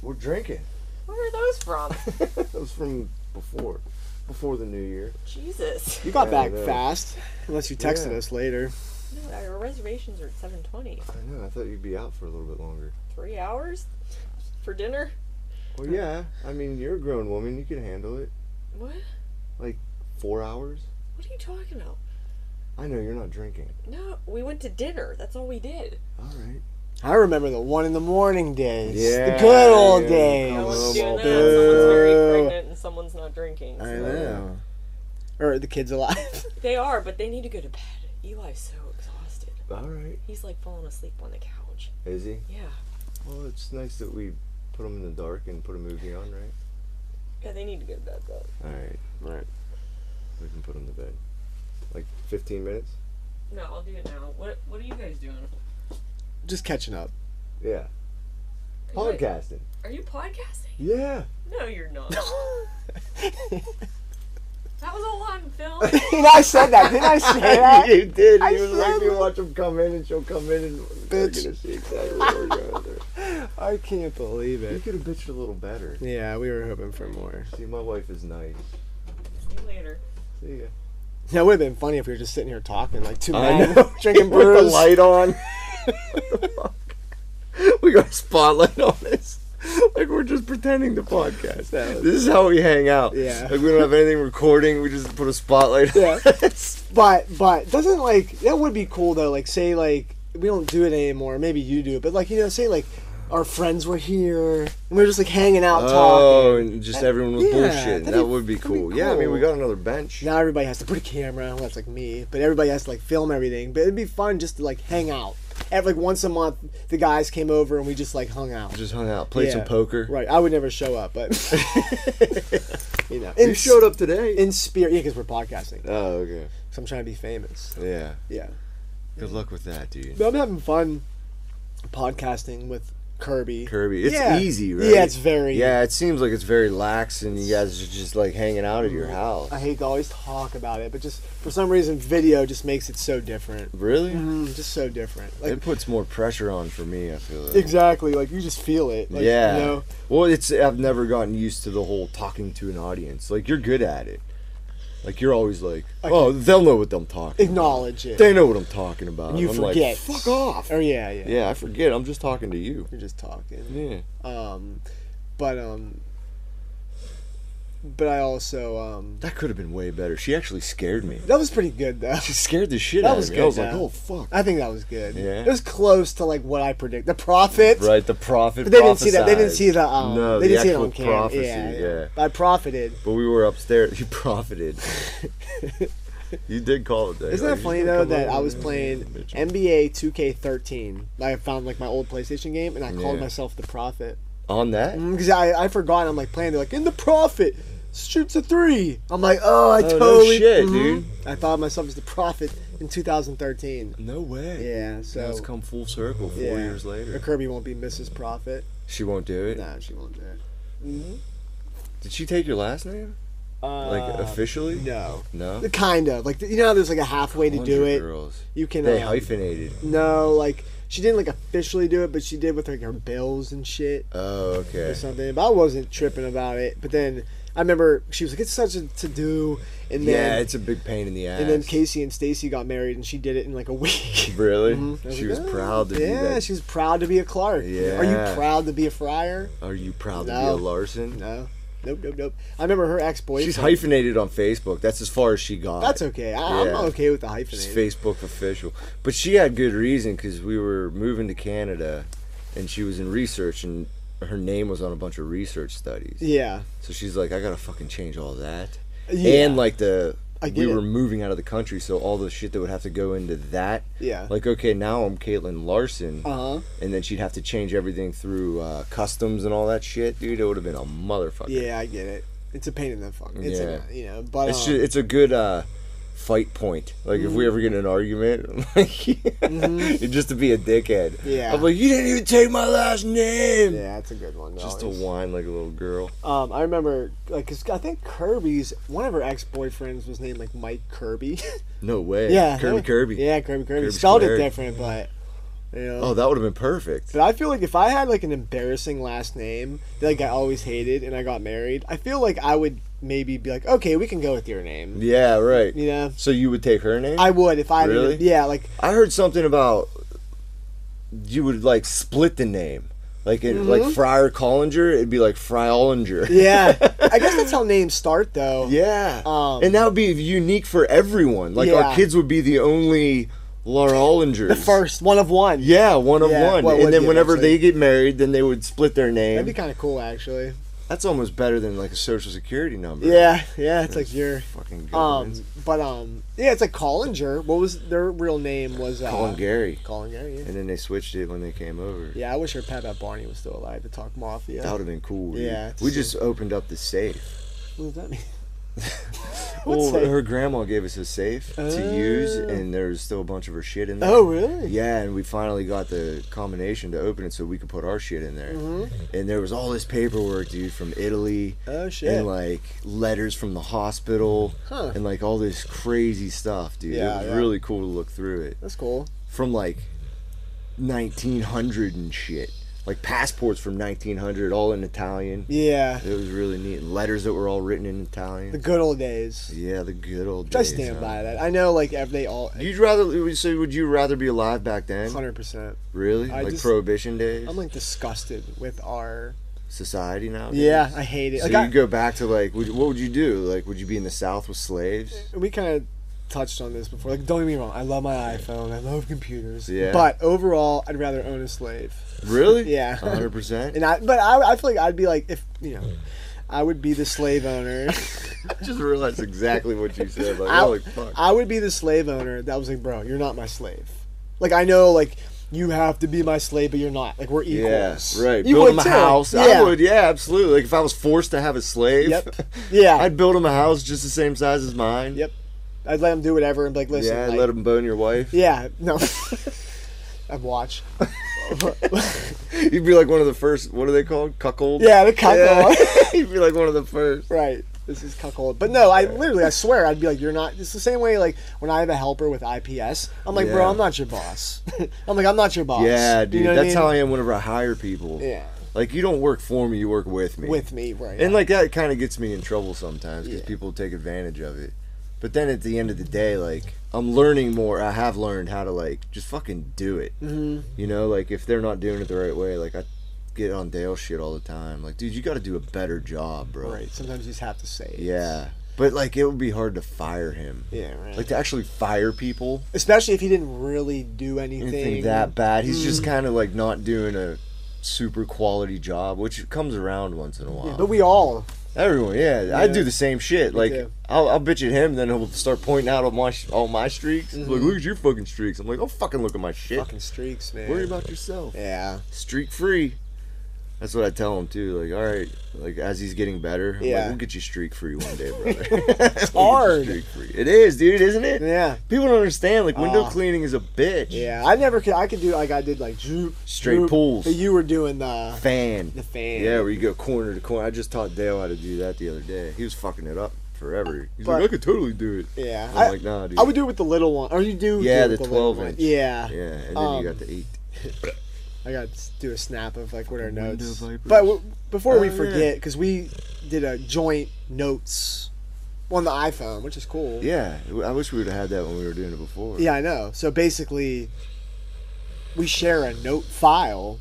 Speaker 1: We're drinking.
Speaker 3: Where are those from?
Speaker 1: that was from before. Before the new year.
Speaker 3: Jesus.
Speaker 2: You got
Speaker 1: Yeah, I
Speaker 2: back
Speaker 1: know.
Speaker 2: fast, unless you texted
Speaker 1: Yeah.
Speaker 2: us later.
Speaker 3: Dude, our reservations are at 720.
Speaker 1: I know, I thought you'd be out for a little bit longer.
Speaker 3: Three hours for dinner?
Speaker 1: Well, yeah, I mean, you're a grown woman, you can handle it.
Speaker 3: What?
Speaker 1: Four hours?
Speaker 3: What are you talking about?
Speaker 1: I know, you're not drinking.
Speaker 3: No, we went to dinner. That's all we did.
Speaker 1: Alright.
Speaker 2: I remember the one in the morning days.
Speaker 1: Yeah,
Speaker 2: The good old
Speaker 1: yeah.
Speaker 2: days.
Speaker 3: No
Speaker 1: Oh,
Speaker 3: one's doing that. Someone's
Speaker 1: boo.
Speaker 3: very pregnant and someone's not drinking.
Speaker 1: I
Speaker 3: so-
Speaker 1: know.
Speaker 2: Or the kids alive.
Speaker 3: They are, but they need to go to bed. Eli's so exhausted.
Speaker 1: Alright.
Speaker 3: He's like falling asleep on the couch.
Speaker 1: Is he?
Speaker 3: Yeah.
Speaker 1: Well, it's nice that we put him in the dark and put a movie on, right?
Speaker 3: Yeah, they need to go to bed though.
Speaker 1: Alright. Alright. We can put him to bed. Like 15 minutes?
Speaker 3: No, I'll do it now. What What are you guys doing?
Speaker 2: Just catching up.
Speaker 1: Yeah.
Speaker 3: Are you, guys-
Speaker 1: Podcasting.
Speaker 3: are you podcasting?
Speaker 1: Yeah.
Speaker 3: No, you're not. that was all on film.
Speaker 2: Dude, I said that. Didn't I say that?
Speaker 1: you did.
Speaker 2: I
Speaker 1: You was like,
Speaker 2: said
Speaker 1: you
Speaker 2: it.
Speaker 1: watch him come in, and she'll come in, and we're
Speaker 2: Bitch.
Speaker 1: gonna see exactly what we're going through.
Speaker 2: I can't believe
Speaker 1: You
Speaker 2: it.
Speaker 1: could have bitched a little better.
Speaker 2: Yeah, we were hoping for more.
Speaker 1: See, my wife is nice.
Speaker 3: See you later.
Speaker 1: See ya.
Speaker 2: That would have been funny if we were just sitting here talking, like two
Speaker 1: I
Speaker 2: men
Speaker 1: know.
Speaker 2: drinking
Speaker 1: With the
Speaker 2: brews.
Speaker 1: light on. What the fuck? we got a spotlight on this. Like we're just pretending to podcast.
Speaker 2: That was-
Speaker 1: This is how we hang out.
Speaker 2: Yeah.
Speaker 1: Like we don't have anything recording. We just put a spotlight. on
Speaker 2: Yeah.
Speaker 1: this.
Speaker 2: But but doesn't like that would be cool though. Like say like we don't do it anymore. Maybe you do, but like you know, say like our friends were here and we were just like hanging out
Speaker 1: Oh,
Speaker 2: talking.
Speaker 1: and just everyone was
Speaker 2: yeah,
Speaker 1: bullshit.
Speaker 2: that'd
Speaker 1: That
Speaker 2: be-
Speaker 1: would be
Speaker 2: that'd be
Speaker 1: cool. Yeah, I mean we
Speaker 2: cool.
Speaker 1: got another bench.
Speaker 2: Now everybody has to put a camera. Well, that's like me, but everybody has to like film everything. But it'd be fun just to like hang out. Every like once a month, the guys came over and we just like hung out.
Speaker 1: Just hung out, played some
Speaker 2: Yeah.
Speaker 1: poker.
Speaker 2: Right, I would never show up, but you know,
Speaker 1: You showed up today.
Speaker 2: in spirit. Yeah, because we're podcasting.
Speaker 1: oh, okay.
Speaker 2: So I'm trying to be famous.
Speaker 1: Yeah.
Speaker 2: Yeah.
Speaker 1: Good luck with that, dude.
Speaker 2: But I'm having fun podcasting with Kirby.
Speaker 1: Kirby, it's
Speaker 2: Yeah.
Speaker 1: easy, right?
Speaker 2: Yeah, it's very.
Speaker 1: Yeah, it seems like it's very lax, and you guys are just like hanging out at
Speaker 2: Mm.
Speaker 1: your house.
Speaker 2: I hate to always talk about it, but just for some reason, video just makes it so different.
Speaker 1: Really?
Speaker 2: Mm, just so different. Like
Speaker 1: It puts more pressure on for me. I feel. Like.
Speaker 2: exactly. Like you just feel it. Like,
Speaker 1: yeah.
Speaker 2: You know,
Speaker 1: Well, it's I've never gotten used to the whole talking to an audience. Like you're good at it. Like you're always like, oh, they'll know what I'm talking. about.
Speaker 2: acknowledge it.
Speaker 1: They know what I'm talking about.
Speaker 2: And you
Speaker 1: I'm Like,
Speaker 2: forget.
Speaker 1: Fuck off.
Speaker 2: Oh yeah, yeah.
Speaker 1: Yeah, I forget. I'm just talking to you.
Speaker 2: You're just talking.
Speaker 1: Yeah.
Speaker 2: Um, but um, but I also um,
Speaker 1: That could have been way better. She actually scared me.
Speaker 2: that was pretty good though.
Speaker 1: She scared the shit
Speaker 2: That
Speaker 1: out
Speaker 2: was
Speaker 1: of me.
Speaker 2: good,
Speaker 1: I was like,
Speaker 2: though.
Speaker 1: oh fuck.
Speaker 2: I think that was good.
Speaker 1: Yeah.
Speaker 2: It was close to like what I predict. The profit.
Speaker 1: Right, the prophet.
Speaker 2: But they didn't see that. They didn't
Speaker 1: prophesied.
Speaker 2: see the. Um,
Speaker 1: no,
Speaker 2: they
Speaker 1: the
Speaker 2: didn't see it
Speaker 1: actual
Speaker 2: on camera.
Speaker 1: prophecy.
Speaker 2: Yeah,
Speaker 1: yeah.
Speaker 2: I profited.
Speaker 1: But we were upstairs. He profited. You did call it that.
Speaker 2: Isn't
Speaker 1: Like,
Speaker 2: that
Speaker 1: you
Speaker 2: funny
Speaker 1: should
Speaker 2: though
Speaker 1: come
Speaker 2: that
Speaker 1: over
Speaker 2: I was
Speaker 1: and-
Speaker 2: playing
Speaker 1: Bitch.
Speaker 2: NBA 2K13? I found like my old PlayStation game and I called
Speaker 1: Yeah.
Speaker 2: myself the Prophet
Speaker 1: on that?
Speaker 2: because I I forgot. I'm like playing. They're like in the Prophet shoots a three. I'm like, oh, I
Speaker 1: Oh, no
Speaker 2: totally
Speaker 1: shit,
Speaker 2: Mhm.
Speaker 1: dude.
Speaker 2: I thought myself as the Prophet in 2013.
Speaker 1: No way.
Speaker 2: Yeah,
Speaker 1: Now
Speaker 2: so
Speaker 1: it's come full circle four
Speaker 2: yeah.
Speaker 1: years
Speaker 2: Or
Speaker 1: later.
Speaker 2: Kirby won't be Mrs. Prophet.
Speaker 1: She won't do it.
Speaker 2: Nah, she won't do it.
Speaker 1: Did she take your last name?
Speaker 2: Uh,
Speaker 1: Like officially?
Speaker 2: no,
Speaker 1: No.
Speaker 2: kind of like you know, how there's like a halfway to do
Speaker 1: Wonder
Speaker 2: it.
Speaker 1: Girls.
Speaker 2: You can
Speaker 1: They
Speaker 2: um,
Speaker 1: hyphenated.
Speaker 2: No, like she didn't like officially do it, but she did with like her bills and shit
Speaker 1: Oh, okay.
Speaker 2: or something. But I wasn't tripping about it. But then I remember she was like, "It's such a to do," and then
Speaker 1: yeah, it's a big pain in the ass.
Speaker 2: and then Casey and Stacy got married, and she did it in like a week.
Speaker 1: Really?
Speaker 2: Mhm. I
Speaker 1: She
Speaker 2: like,
Speaker 1: was
Speaker 2: "Oh,
Speaker 1: proud to
Speaker 2: yeah,
Speaker 1: be that.
Speaker 2: she was proud to be a Clark. Are
Speaker 1: Yeah.
Speaker 2: you proud to be a Fryer?
Speaker 1: Are you proud to be
Speaker 2: No.
Speaker 1: a Larson?
Speaker 2: No. Nope, nope, nope. I remember her ex boyfriend.
Speaker 1: She's hyphenated on Facebook. That's as far as she got.
Speaker 2: That's okay. I,
Speaker 1: Yeah.
Speaker 2: I'm okay with the hyphen.
Speaker 1: She's Facebook official. But she had good reason because we were moving to Canada and she was in research and her name was on a bunch of research studies.
Speaker 2: Yeah.
Speaker 1: So she's like, I gotta fucking change all that.
Speaker 2: Yeah.
Speaker 1: And like the.
Speaker 2: I
Speaker 1: we
Speaker 2: get
Speaker 1: were
Speaker 2: it.
Speaker 1: moving out of the country, so all the shit that would have to go into that.
Speaker 2: Yeah.
Speaker 1: Like, okay, now I'm Caitlin Larson.
Speaker 2: Uh huh.
Speaker 1: And then she'd have to change everything through uh, customs and all that shit, dude. It would have been a motherfucker.
Speaker 2: Yeah, I get it. It's a pain in the fuck. It's yeah.
Speaker 1: Yeah.
Speaker 2: you know, but
Speaker 1: It's
Speaker 2: um, Mm.
Speaker 1: ju- it's a good uh, fight point. Like if we ever get in an argument, I'm like, just to be a dickhead.
Speaker 2: Mm-hmm. Yeah.
Speaker 1: I'm like, you didn't even take my last name.
Speaker 2: yeah, that's a good one.
Speaker 1: Just to
Speaker 2: always.
Speaker 1: whine like a little girl.
Speaker 2: Um, I remember, like, 'cause I think Kirby's one of her ex boyfriends was named like Mike Kirby.
Speaker 1: No way.
Speaker 2: yeah,
Speaker 1: Kirby
Speaker 2: yeah.
Speaker 1: Kirby.
Speaker 2: Yeah, Kirby Kirby.
Speaker 1: Kirby
Speaker 2: Spelled
Speaker 1: squared.
Speaker 2: it different, but you know.
Speaker 1: Oh, that would have been perfect.
Speaker 2: But I feel like if I had like an embarrassing last name that like I always hated, and I got married, I feel like I would maybe be like, okay, we can go with your name.
Speaker 1: Yeah, right.
Speaker 2: You know,
Speaker 1: So you would take her name?
Speaker 2: I would if I had an-
Speaker 1: Really?
Speaker 2: yeah, like
Speaker 1: I heard something about you would like split the name. Like it,
Speaker 2: Mm-hmm.
Speaker 1: like Friar Collinger, it'd be like Friolinger.
Speaker 2: yeah. I guess that's how names start though.
Speaker 1: Yeah.
Speaker 2: Um,
Speaker 1: and that would be unique for everyone. Like our
Speaker 2: Yeah.
Speaker 1: kids would be the only Laura Ollingers.
Speaker 2: The first one of one.
Speaker 1: Yeah, one of
Speaker 2: Yeah,
Speaker 1: one.
Speaker 2: well, it
Speaker 1: and
Speaker 2: would
Speaker 1: then
Speaker 2: be
Speaker 1: whenever
Speaker 2: eventually.
Speaker 1: they get married, then they would split their name.
Speaker 2: That'd be kind of cool actually.
Speaker 1: That's almost better than like a social security number.
Speaker 2: Yeah, yeah. It's like your
Speaker 1: Fucking
Speaker 2: Um,
Speaker 1: governments.
Speaker 2: but um, yeah, it's like Collinger. What was their real name? Was uh,
Speaker 1: Colin Gary.
Speaker 2: Colin Gary. Yeah.
Speaker 1: And then they switched it when they came over.
Speaker 2: yeah, I wish her pet at Barney was still alive to talk mafia.
Speaker 1: That would have been cool. dude.
Speaker 2: Yeah, it's
Speaker 1: We
Speaker 2: true.
Speaker 1: just opened up the safe.
Speaker 2: what does that mean? What
Speaker 1: Well,
Speaker 2: safe?
Speaker 1: her grandma gave us a safe to use,
Speaker 2: Oh.
Speaker 1: and there's still a bunch of her shit in there.
Speaker 2: Oh, really?
Speaker 1: Yeah, and we finally got the combination to open it so we could put our shit in there. And there was all this paperwork, dude, from Italy.
Speaker 2: Mm-hmm. Oh, shit.
Speaker 1: And like letters from the hospital.
Speaker 2: Huh.
Speaker 1: And like all this crazy stuff, dude.
Speaker 2: Yeah,
Speaker 1: it was
Speaker 2: yeah.
Speaker 1: really cool to look through it.
Speaker 2: That's cool.
Speaker 1: From like 1900 and shit. Like passports from 1900, all in Italian.
Speaker 2: Yeah,
Speaker 1: It was really neat. And letters that were all written in Italian.
Speaker 2: the good old days.
Speaker 1: yeah, the good old
Speaker 2: I
Speaker 1: days.
Speaker 2: stand
Speaker 1: huh?
Speaker 2: by that. I know, like every they all.
Speaker 1: You'd rather so would you rather be alive back then?
Speaker 2: Hundred percent.
Speaker 1: Really?
Speaker 2: I
Speaker 1: like
Speaker 2: just-
Speaker 1: prohibition days?
Speaker 2: I'm like disgusted with our.
Speaker 1: society now.
Speaker 2: Yeah, I hate it.
Speaker 1: So
Speaker 2: Like,
Speaker 1: you
Speaker 2: I-
Speaker 1: go back to like, would, what would you do? Like, would you be in the South with slaves?
Speaker 2: we kind of touched on this before. Like, don't get me wrong. I love my iPhone. I love computers.
Speaker 1: Yeah.
Speaker 2: But overall, I'd rather own a slave.
Speaker 1: Really?
Speaker 2: Yeah.
Speaker 1: hundred percent.
Speaker 2: And I, but I, I feel like I'd be like, if you know, I would be the slave owner.
Speaker 1: I just realized exactly what you said. Like,
Speaker 2: I,
Speaker 1: holy fuck.
Speaker 2: I would be the slave owner that was like, bro, you're not my slave. Like I know, like you have to be my slave, but you're not. Like we're
Speaker 1: yeah,
Speaker 2: equals.
Speaker 1: right.
Speaker 2: You
Speaker 1: build
Speaker 2: would
Speaker 1: him a
Speaker 2: too.
Speaker 1: house.
Speaker 2: Yeah.
Speaker 1: I would. Yeah, absolutely. Like, if I was forced to have a slave,
Speaker 2: Yep. Yeah.
Speaker 1: I'd
Speaker 2: I'd,
Speaker 1: build him a house just the same size as mine.
Speaker 2: Yep. let him do whatever and be like, listen.
Speaker 1: yeah, I'd
Speaker 2: like-
Speaker 1: let him bone your wife.
Speaker 2: Yeah. No. I'd watch.
Speaker 1: You'd be like one of the first. What are they called? Cuckold.
Speaker 2: Yeah, the cuckold.
Speaker 1: Yeah. You'd be like one of the first.
Speaker 2: Right. This is cuckold. But no, I literally, I swear, I'd be like, you're not. It's the same way, like, when I have a helper with IPS, I'm like,
Speaker 1: Yeah.
Speaker 2: bro, I'm not your boss. I'm like, I'm not your boss.
Speaker 1: Yeah, dude.
Speaker 2: You know what
Speaker 1: that's
Speaker 2: I
Speaker 1: how
Speaker 2: mean?
Speaker 1: I am whenever I hire people.
Speaker 2: Yeah.
Speaker 1: Like you don't work for me, you work with me.
Speaker 2: With me, right.
Speaker 1: And like that kind of gets me in trouble sometimes because
Speaker 2: Yeah.
Speaker 1: people take advantage of it. But then at the end of the day, like I'm learning more. I have learned how to like just fucking do it. Mm-hmm. You know, like if they're not doing it the right way, like I get on Dale shit all the time. Like, dude, you got to do a better job, bro.
Speaker 2: Right. Sometimes you just have to say it.
Speaker 1: Yeah. But like it would be hard to fire him.
Speaker 2: Yeah, right.
Speaker 1: Like to actually fire people,
Speaker 2: Especially if he didn't really do anything.
Speaker 1: anything that bad. He's just
Speaker 2: Mm.
Speaker 1: kind of like not doing a super quality job, which comes around once in a while.
Speaker 2: But we all
Speaker 1: Everyone, yeah. I do the same shit. Like
Speaker 2: too.
Speaker 1: I'll, I'll bitch at him, then he'll start pointing out all my sh- all my streaks. Like, look at your fucking streaks. I'm like, oh fucking look at my shit.
Speaker 2: Mm-hmm. Fucking streaks, man.
Speaker 1: Worry about yourself.
Speaker 2: Yeah.
Speaker 1: Streak free. That's what I tell him too. Like, all right, like as he's getting better, I'm like,
Speaker 2: Yeah.
Speaker 1: we'll get you streak free one day, brother. it's
Speaker 2: hard.
Speaker 1: free. It is, dude, isn't it?
Speaker 2: Yeah.
Speaker 1: People don't understand. Like window
Speaker 2: Aw.
Speaker 1: cleaning is a bitch.
Speaker 2: Yeah. I never could. I could do like I did like droop,
Speaker 1: Straight
Speaker 2: droop,
Speaker 1: pulls.
Speaker 2: But you were doing the
Speaker 1: Fan.
Speaker 2: the fan.
Speaker 1: Yeah, where you go corner to corner. I just taught Dale how to do that the other day. He was fucking it up forever. He's
Speaker 2: But-
Speaker 1: like, I could totally do it.
Speaker 2: Yeah.
Speaker 1: I'm
Speaker 2: I,
Speaker 1: like, nah, dude.
Speaker 2: I would do it with the little one. Or you do.
Speaker 1: Yeah,
Speaker 2: do it
Speaker 1: the
Speaker 2: with little
Speaker 1: 12
Speaker 2: one.
Speaker 1: inch.
Speaker 2: Yeah.
Speaker 1: Yeah, and then
Speaker 2: Um,
Speaker 1: you got the eight.
Speaker 2: I got to do a snap of like what our
Speaker 1: Window
Speaker 2: notes.
Speaker 1: Vipers.
Speaker 2: But w- before we
Speaker 1: Oh, yeah.
Speaker 2: forget, because we did a joint notes on the iPhone, which is cool.
Speaker 1: Yeah, I wish we would have had that when we were doing it before.
Speaker 2: Yeah, I know. So basically, we share a note file,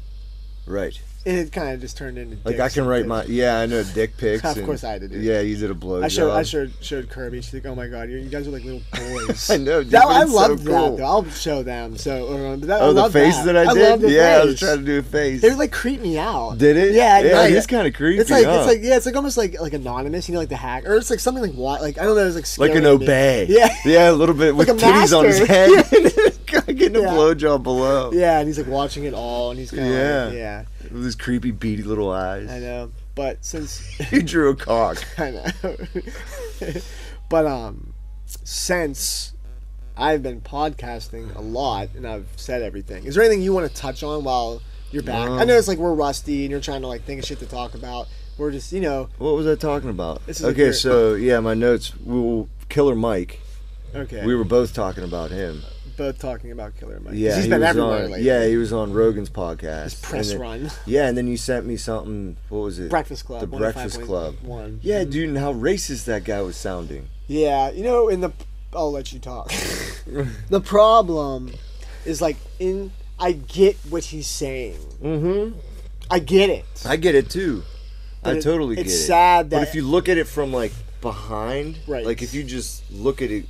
Speaker 1: Right.
Speaker 2: and it kind of just turned into
Speaker 1: Like I
Speaker 2: dicks
Speaker 1: can write
Speaker 2: and-
Speaker 1: my yeah I know dick pics.
Speaker 2: Of
Speaker 1: and-
Speaker 2: course I had to do it.
Speaker 1: Yeah, you did a blow.
Speaker 2: I showed I showed showed Kirby. She's like, "Oh my god, you you guys are like little boys."
Speaker 1: I know, dude,
Speaker 2: That,
Speaker 1: but
Speaker 2: I
Speaker 1: it's so
Speaker 2: loved
Speaker 1: cool.
Speaker 2: that. Though. I'll show them. So uh, that, I
Speaker 1: Oh, the
Speaker 2: love
Speaker 1: face that, I did.
Speaker 2: love the
Speaker 1: yeah, I was
Speaker 2: face.
Speaker 1: trying to do a face.
Speaker 2: They would like creep me out.
Speaker 1: Did it?
Speaker 2: Yeah,
Speaker 1: Yeah,
Speaker 2: like-
Speaker 1: he's kinda creepy,
Speaker 2: It's like
Speaker 1: huh?
Speaker 2: it's like yeah, it's like almost like like anonymous. You know, like the hack, or it's like something like what? Like I don't know. It's like
Speaker 1: like
Speaker 2: scary
Speaker 1: an
Speaker 2: to me.
Speaker 1: obey.
Speaker 2: Yeah.
Speaker 1: Yeah, a little bit with
Speaker 2: Like a
Speaker 1: titties on his
Speaker 2: master.
Speaker 1: head. Getting a
Speaker 2: Yeah.
Speaker 1: blowjob below.
Speaker 2: Yeah, and he's like watching it all, and he's kind of
Speaker 1: Yeah.
Speaker 2: like, yeah,
Speaker 1: With his creepy beady little eyes.
Speaker 2: I know. But since
Speaker 1: He drew a cock.
Speaker 2: I know. but um, since I've been podcasting a lot and I've said everything, is there anything you want to touch on while you're back? I know it's like we're rusty and you're trying to like think of shit to talk about. We're just you know
Speaker 1: What was I talking about?
Speaker 2: This is a
Speaker 1: Okay,
Speaker 2: great-
Speaker 1: so yeah, my notes. We'll, Killer Mike.
Speaker 2: okay.
Speaker 1: We were both talking about him.
Speaker 2: both talking about Killer Mike. 'Cause
Speaker 1: Yeah,
Speaker 2: he's
Speaker 1: he
Speaker 2: been
Speaker 1: was
Speaker 2: everywhere
Speaker 1: on,
Speaker 2: lately.
Speaker 1: Yeah, he was on Rogan's podcast.
Speaker 2: His press
Speaker 1: And then-
Speaker 2: run,
Speaker 1: Yeah, and then you sent me something. What was it?
Speaker 2: Breakfast Club, oh
Speaker 1: The Breakfast Club.
Speaker 2: one.
Speaker 1: Yeah, dude, and how racist that guy was sounding.
Speaker 2: Yeah, you know, in the I'll let you talk. the problem is like in I get what he's saying.
Speaker 1: Mm-hmm.
Speaker 2: I get it.
Speaker 1: I get it too.
Speaker 2: But
Speaker 1: I
Speaker 2: it-
Speaker 1: totally
Speaker 2: it's
Speaker 1: get it.
Speaker 2: sad
Speaker 1: but
Speaker 2: that-
Speaker 1: if you look at it from like behind,
Speaker 2: Right.
Speaker 1: Like if you just look at it,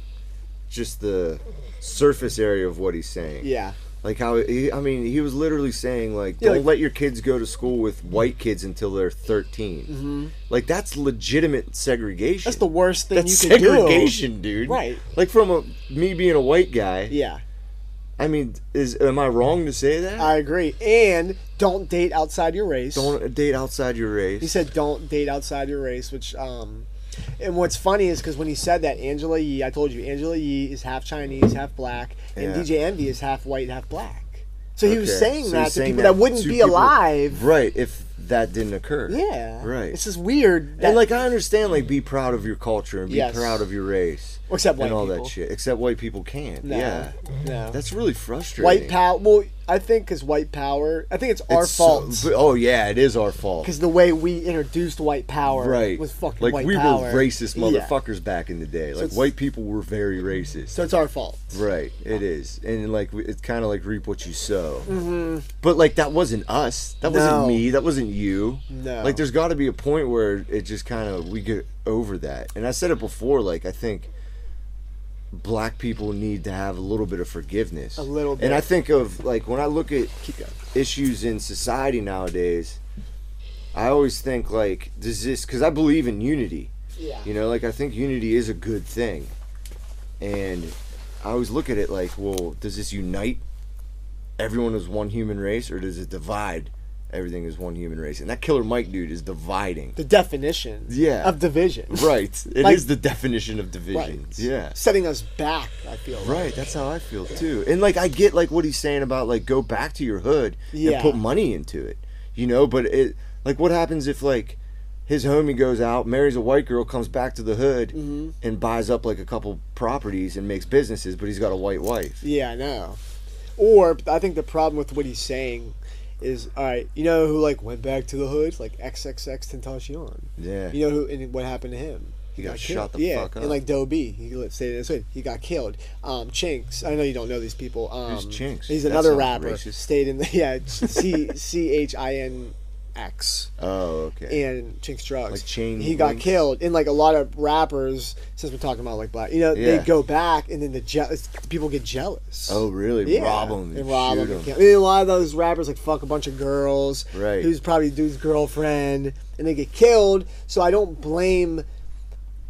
Speaker 1: just the surface area of what he's saying.
Speaker 2: Yeah.
Speaker 1: Like how he, I mean, he was literally saying like,
Speaker 2: Yeah,
Speaker 1: don't
Speaker 2: like-
Speaker 1: let your kids go to school with white kids until they're 13 Like that's legitimate segregation.
Speaker 2: Mm-hmm. That's the worst thing
Speaker 1: That's
Speaker 2: you could
Speaker 1: segregation, dude.
Speaker 2: Right.
Speaker 1: Like from a me being a white guy.
Speaker 2: do. Yeah,
Speaker 1: I mean, is am I wrong to say that?
Speaker 2: I agree. And don't date outside your race.
Speaker 1: don't date outside your race.
Speaker 2: He said don't date outside your race, which um, and what's funny is because when he said that, Angela Yee, I told you, Angela Yee is half Chinese, half black, and
Speaker 1: Yeah.
Speaker 2: DJ Envy is half white, half black. So he was
Speaker 1: Okay,
Speaker 2: saying
Speaker 1: so
Speaker 2: that
Speaker 1: he's
Speaker 2: to
Speaker 1: saying
Speaker 2: people that, wouldn't
Speaker 1: to
Speaker 2: be
Speaker 1: people-
Speaker 2: alive.
Speaker 1: Right, if that didn't occur.
Speaker 2: Yeah,
Speaker 1: Right.
Speaker 2: It's just weird. That,
Speaker 1: and like I understand, like be proud of your culture and be
Speaker 2: Yes.
Speaker 1: proud of your race,
Speaker 2: except white
Speaker 1: and all
Speaker 2: people.
Speaker 1: that shit. Except white people can't.
Speaker 2: No,
Speaker 1: Yeah,
Speaker 2: no.
Speaker 1: that's really frustrating.
Speaker 2: white power. Well, I think because white power. I think it's our
Speaker 1: It's so-
Speaker 2: fault.
Speaker 1: but- oh yeah, it is our fault.
Speaker 2: Because the way we introduced white power
Speaker 1: Right,
Speaker 2: was fucking
Speaker 1: like
Speaker 2: white
Speaker 1: we
Speaker 2: power.
Speaker 1: were racist
Speaker 2: Yeah.
Speaker 1: motherfuckers back in the day. Like
Speaker 2: it's-
Speaker 1: white people were very racist.
Speaker 2: So it's our fault.
Speaker 1: Right, it is, and like we- it's kind of like reap what you sow. But like that wasn't us. That wasn't
Speaker 2: Mm-hmm. No.
Speaker 1: me. That wasn't you.
Speaker 2: No.
Speaker 1: Like there's got to be a point where it just kind of we get over that. And I said it before. Like I think black people need to have a little bit of forgiveness. A
Speaker 2: little bit.
Speaker 1: And I think of like when I look at issues in society nowadays, I always think like does this because I believe in unity.
Speaker 2: Yeah.
Speaker 1: You know, like I think unity is a good thing. And I always look at it like, well, does this unite everyone as one human race or does it divide everything as one human race? And that Killer Mike dude is dividing.
Speaker 2: The definition
Speaker 1: Yeah.
Speaker 2: of division.
Speaker 1: Right. It is
Speaker 2: Like-
Speaker 1: the definition of
Speaker 2: Right.
Speaker 1: division. Yeah.
Speaker 2: Setting us back, I feel. like.
Speaker 1: Right, that's how I feel too. And like I get like what he's saying about like go back to your hood and
Speaker 2: Yeah.
Speaker 1: put money into it. You know, but it like what happens if like his homie goes out, marries a white girl, comes back to the hood
Speaker 2: Mm-hmm.
Speaker 1: and buys up like a couple properties and makes businesses, but he's got a white wife.
Speaker 2: Yeah, I know. Or I think the problem with what he's saying is, all right, you know who like went back to the hood, like XXX Tentacion.
Speaker 1: Yeah.
Speaker 2: You know who and what happened to him? He
Speaker 1: got shot the
Speaker 2: yeah,
Speaker 1: fuck up.
Speaker 2: and like Doe B, he let say this way, he got killed. Um, Chinks, I know you don't know these people. Um,
Speaker 1: Who's Chinks?
Speaker 2: He's
Speaker 1: That
Speaker 2: another
Speaker 1: sounds
Speaker 2: rapper.
Speaker 1: racist.
Speaker 2: Stayed in the yeah C C H I N X.
Speaker 1: Oh, okay.
Speaker 2: and Chinx Drugs.
Speaker 1: Like chain
Speaker 2: he got
Speaker 1: links?
Speaker 2: killed, and like a lot of rappers, since we're talking about like black, you know,
Speaker 1: Yeah.
Speaker 2: they go back, and then the je- people get jealous.
Speaker 1: Oh, really?
Speaker 2: Yeah,
Speaker 1: Rob 'em Rob them
Speaker 2: and
Speaker 1: and
Speaker 2: rob
Speaker 1: shoot
Speaker 2: 'em and
Speaker 1: 'em.
Speaker 2: kill- I mean, a lot of those rappers like fuck a bunch of girls,
Speaker 1: Right.
Speaker 2: Who's probably dude's girlfriend, and they get killed. So I don't blame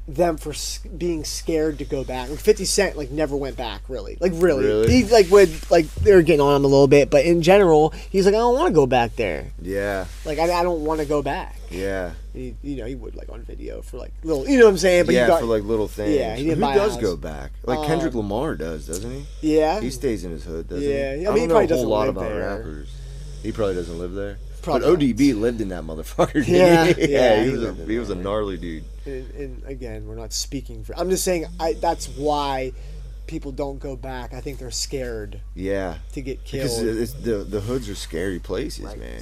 Speaker 2: them for s- being scared to go back. Like Fifty Cent like never went back really, like really.
Speaker 1: Really?
Speaker 2: He like would like they were getting on him a little bit, but in general, he's like I don't want to go back there.
Speaker 1: Yeah,
Speaker 2: Like I, I don't want to go back.
Speaker 1: yeah,
Speaker 2: He, you know, he would like on video for like little, you know what I'm saying? But
Speaker 1: yeah.
Speaker 2: he got,
Speaker 1: for like little things.
Speaker 2: Yeah, he didn't
Speaker 1: Who
Speaker 2: buy a
Speaker 1: does
Speaker 2: house. Um,
Speaker 1: go back? Like Kendrick Lamar does, doesn't he?
Speaker 2: yeah,
Speaker 1: He stays in his hood, doesn't
Speaker 2: Yeah,
Speaker 1: he?
Speaker 2: I mean,
Speaker 1: I, don't know
Speaker 2: he probably
Speaker 1: a whole
Speaker 2: doesn't
Speaker 1: lot
Speaker 2: live
Speaker 1: about
Speaker 2: there.
Speaker 1: rappers. He probably doesn't live there.
Speaker 2: Probably
Speaker 1: but ODB lived in that motherfucker. Didn't
Speaker 2: Yeah,
Speaker 1: he?
Speaker 2: yeah,
Speaker 1: he,
Speaker 2: he
Speaker 1: was a,
Speaker 2: lived in
Speaker 1: he was a gnarly dude.
Speaker 2: and, and again, we're not speaking for. I'm just saying, I that's why people don't go back. I think they're scared
Speaker 1: Yeah,
Speaker 2: to get
Speaker 1: because
Speaker 2: killed,
Speaker 1: it's, the the hoods are scary places, man.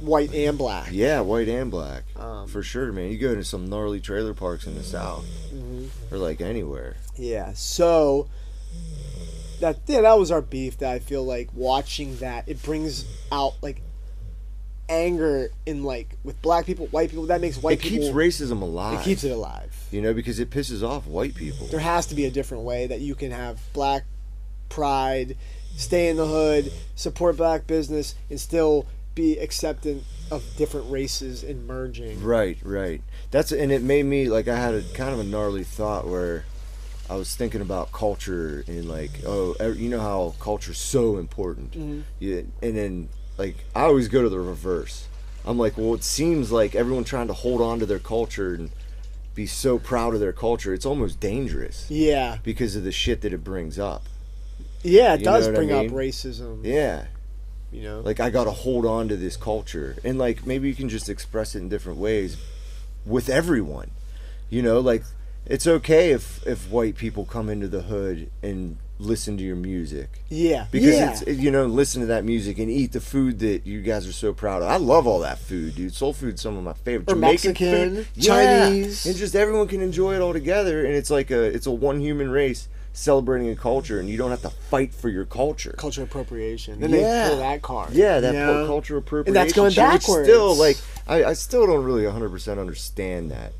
Speaker 2: white and black.
Speaker 1: Yeah, white and black,
Speaker 2: Um,
Speaker 1: for sure, man. You go to some gnarly trailer parks in the south,
Speaker 2: Mm-hmm.
Speaker 1: or like anywhere.
Speaker 2: Yeah, so that yeah, that was our beef. That I feel like watching that it brings out like anger in like with black people, white people. That makes white
Speaker 1: it
Speaker 2: people.
Speaker 1: keeps racism alive.
Speaker 2: it keeps it alive.
Speaker 1: You know, because it pisses off white people.
Speaker 2: there has to be a different way that you can have black pride, stay in the hood, support black business, and still be acceptant of different races and merging.
Speaker 1: Right, right. That's and it made me like I had a kind of a gnarly thought where I was thinking about culture and like oh e- you know how culture's so important. Yeah, and then like I always go to the reverse. I'm like, well, it seems like everyone trying to hold on to their culture and be so proud of their culture. It's almost dangerous
Speaker 2: Yeah,
Speaker 1: because of the shit that it brings up.
Speaker 2: yeah, it
Speaker 1: You
Speaker 2: does
Speaker 1: know what I
Speaker 2: bring
Speaker 1: mean?
Speaker 2: up racism.
Speaker 1: Yeah,
Speaker 2: You know,
Speaker 1: like I gotta hold on to this culture, and like maybe you can just express it in different ways with everyone. You know, like it's okay if if white people come into the hood and listen to your music
Speaker 2: yeah,
Speaker 1: because
Speaker 2: yeah.
Speaker 1: it's you know listen to that music and eat the food that you guys are so proud of. I love all that food, dude. Soul food's some of my favorite.
Speaker 2: Or Mexican, Chinese.
Speaker 1: and just everyone can enjoy it all together, and it's like a it's a one human race celebrating a culture, and you don't have to fight for your culture.
Speaker 2: cultural appropriation. Then they pull that card.
Speaker 1: Yeah, that
Speaker 2: you
Speaker 1: whole
Speaker 2: know?
Speaker 1: cultural appropriation.
Speaker 2: And that's going
Speaker 1: shit, which
Speaker 2: backwards.
Speaker 1: Still, like, I, I still don't really 100% understand that.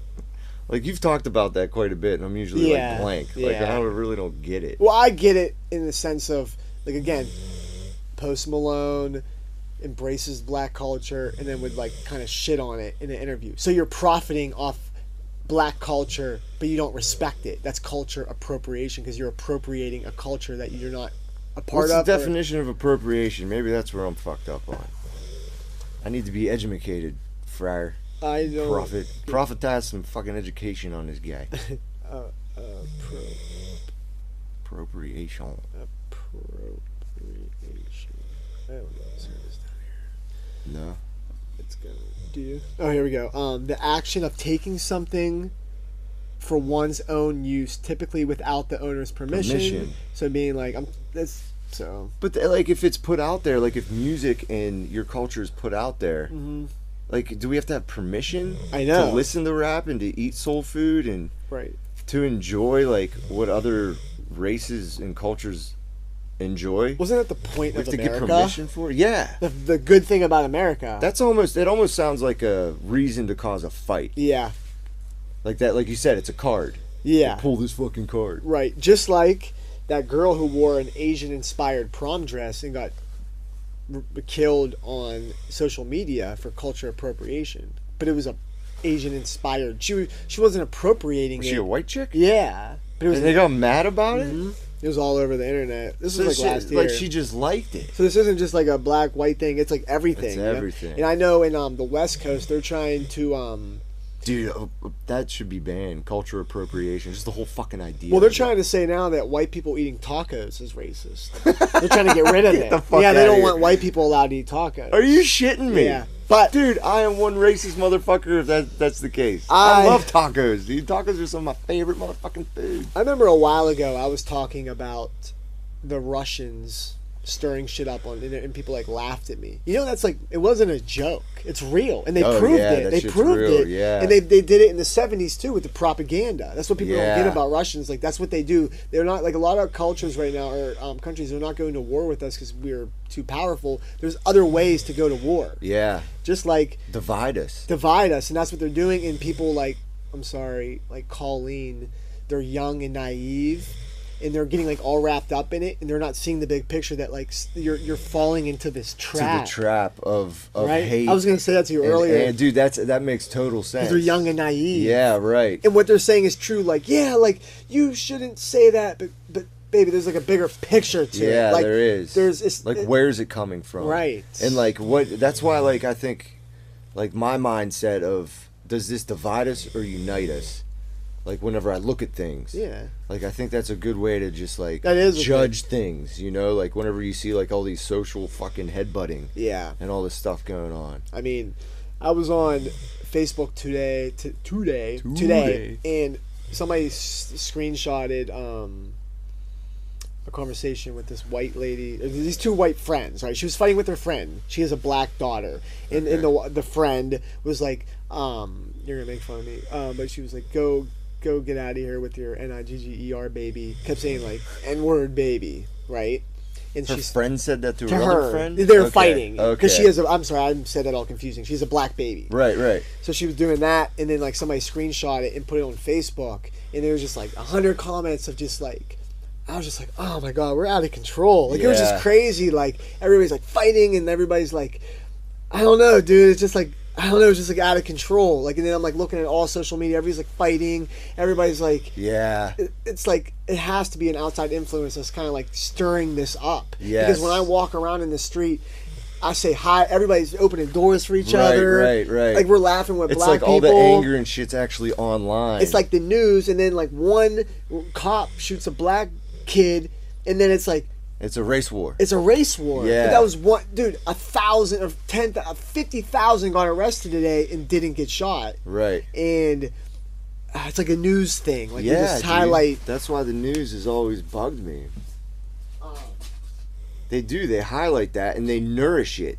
Speaker 1: Like, you've talked about that quite a bit, and I'm usually,
Speaker 2: Yeah,
Speaker 1: like, blank. Like, I
Speaker 2: yeah.
Speaker 1: don't, really don't get it.
Speaker 2: Well, I get it in the sense of like again, Post Malone embraces black culture and then would like kind of shit on it in an interview. So you're profiting off black culture, but you don't respect it. That's culture appropriation because you're appropriating a culture that you're not a part
Speaker 1: What's
Speaker 2: of.
Speaker 1: the
Speaker 2: or-
Speaker 1: definition of appropriation? Maybe that's where I'm fucked up on. I need to be educated, friar.
Speaker 2: I don't
Speaker 1: Profit. Profitize some fucking education on this guy.
Speaker 2: uh, pro-
Speaker 1: Appropriation.
Speaker 2: appropriation. I don't know. Let's see this down here.
Speaker 1: No.
Speaker 2: Let's go. Do you? Oh, here we go. Um, the action of taking something for one's own use, typically without the owner's permission.
Speaker 1: Permission.
Speaker 2: So being like, I'm that's so
Speaker 1: But th- like, if it's put out there, like if music and your culture is put out there, like, do we have to have permission?
Speaker 2: Mm-hmm. I know.
Speaker 1: to listen to rap and to eat soul food and
Speaker 2: right.
Speaker 1: to enjoy like what other races and cultures enjoy.
Speaker 2: Wasn't that the point
Speaker 1: we have
Speaker 2: of
Speaker 1: to
Speaker 2: America?
Speaker 1: get permission for it? Yeah,
Speaker 2: The, the good thing about America.
Speaker 1: that's almost. It almost sounds like a reason to cause a fight.
Speaker 2: yeah,
Speaker 1: Like that. Like you said, it's a card.
Speaker 2: yeah,
Speaker 1: Pull this fucking card.
Speaker 2: right. Just like that girl who wore an Asian-inspired prom dress and got r- killed on social media for culture appropriation, but it was a Asian-inspired. She was, she wasn't appropriating
Speaker 1: Was
Speaker 2: it.
Speaker 1: she a white chick?
Speaker 2: Yeah, but it was
Speaker 1: And they got mad about it.
Speaker 2: it was all over the internet. This
Speaker 1: So
Speaker 2: was
Speaker 1: she-
Speaker 2: like last year.
Speaker 1: like she just liked it.
Speaker 2: so this isn't just like a black white thing. It's like everything.
Speaker 1: It's
Speaker 2: you know?
Speaker 1: everything.
Speaker 2: And I know in um, the West Coast they're trying to. Um,
Speaker 1: Dude, oh, oh, that should be banned. Culture appropriation. Just the whole fucking idea.
Speaker 2: well, they're
Speaker 1: of it.
Speaker 2: trying to say now that white people eating tacos is racist. they're trying to get rid of it.
Speaker 1: the fuck
Speaker 2: yeah, they
Speaker 1: outta
Speaker 2: don't
Speaker 1: here.
Speaker 2: want white people allowed to eat tacos.
Speaker 1: Are you shitting me?
Speaker 2: Yeah.
Speaker 1: But dude, I am one racist motherfucker if that that's the case. I,
Speaker 2: I-
Speaker 1: love tacos, dude. Tacos are some of my favorite motherfucking food.
Speaker 2: I remember a while ago I was talking about the Russians stirring shit up on, and, and people like laughed at me. You know, that's like it wasn't a joke. It's real, and they
Speaker 1: Oh,
Speaker 2: proved
Speaker 1: yeah,
Speaker 2: it.
Speaker 1: that
Speaker 2: They
Speaker 1: shit's
Speaker 2: proved
Speaker 1: real,
Speaker 2: it.
Speaker 1: yeah.
Speaker 2: And they they did it in the '70s too with the propaganda. That's what people don't
Speaker 1: Yeah.
Speaker 2: get about Russians. Like that's what they do. They're not like a lot of cultures right now or um, countries. They're not going to war with us because we're too powerful. There's other ways to go to war.
Speaker 1: Yeah.
Speaker 2: Just like
Speaker 1: Divide us.
Speaker 2: divide us, and that's what they're doing. And people like, I'm sorry, like Colleen, they're young and naive, and they're getting like all wrapped up in it, and they're not seeing the big picture that like s- you're you're falling into this
Speaker 1: To the
Speaker 2: trap.
Speaker 1: trap of, of
Speaker 2: right?
Speaker 1: hate.
Speaker 2: I was gonna say that to you
Speaker 1: And-
Speaker 2: earlier.
Speaker 1: and, dude, that's that makes total sense.
Speaker 2: they're young and naive.
Speaker 1: Yeah, right.
Speaker 2: And what they're saying is true. Like, yeah, like you shouldn't say that, but but baby, there's like a bigger picture to it.
Speaker 1: yeah,
Speaker 2: like,
Speaker 1: there is.
Speaker 2: There's it's,
Speaker 1: like
Speaker 2: it-
Speaker 1: where's it coming from?
Speaker 2: Right.
Speaker 1: And like what? That's why like I think, like my mindset of does this divide us or unite us? Like whenever I look at things.
Speaker 2: Yeah.
Speaker 1: Like I think that's a good way to just like
Speaker 2: That is a
Speaker 1: judge things. You know, like whenever you see like all these social fucking headbutting
Speaker 2: Yeah.
Speaker 1: and all this stuff going on.
Speaker 2: I mean, I was on Facebook today, t- today, today, and somebody s- screenshotted um, a conversation with this white lady. uh, These two white friends, right? She was fighting with her friend. She has a black daughter, and and the the friend was like, um, "You're gonna make fun of me," um, but she was like, "Go." Go get out of here with your N I G G E R baby. Kept saying like N word baby, right? And
Speaker 1: Her
Speaker 2: she's
Speaker 1: friend said that to,
Speaker 2: to
Speaker 1: her,
Speaker 2: her.
Speaker 1: other friend.
Speaker 2: They're
Speaker 1: Okay,
Speaker 2: fighting
Speaker 1: Okay.
Speaker 2: because she has. A, I'm sorry, I said that all confusing. She's a black baby,
Speaker 1: Right, right.
Speaker 2: so she was doing that, and then like somebody screenshot it and put it on Facebook, and there was just like hundred comments of just like, I was just like, oh my god, we're out of control. Like it was
Speaker 1: Yeah.
Speaker 2: just crazy. Like everybody's like fighting, and everybody's like, I don't know, dude. It's just like. I don't know, it's just like out of control. Like, and then I'm like looking at all social media. Everybody's like fighting. Everybody's like,
Speaker 1: Yeah.
Speaker 2: it- it's like it has to be an outside influence that's kind of like stirring this up.
Speaker 1: Yes.
Speaker 2: Because when I walk around in the street, I say hi. Everybody's opening doors for each
Speaker 1: Right,
Speaker 2: other.
Speaker 1: right, right.
Speaker 2: Like we're laughing with
Speaker 1: It's
Speaker 2: black
Speaker 1: like
Speaker 2: people.
Speaker 1: all the anger and shit's actually online.
Speaker 2: It's like the news, and then like one cop shoots a black kid, and then it's like
Speaker 1: it's a race war.
Speaker 2: it's a race war.
Speaker 1: Yeah.
Speaker 2: But that was one dude. A thousand or ten, thou- fifty thousand got arrested today and didn't get shot.
Speaker 1: right.
Speaker 2: And uh, it's like a news thing. Like they
Speaker 1: yeah,
Speaker 2: just
Speaker 1: dude.
Speaker 2: highlight.
Speaker 1: That's why the news has always bugged me.
Speaker 2: Oh.
Speaker 1: They do. They highlight that and they nourish it.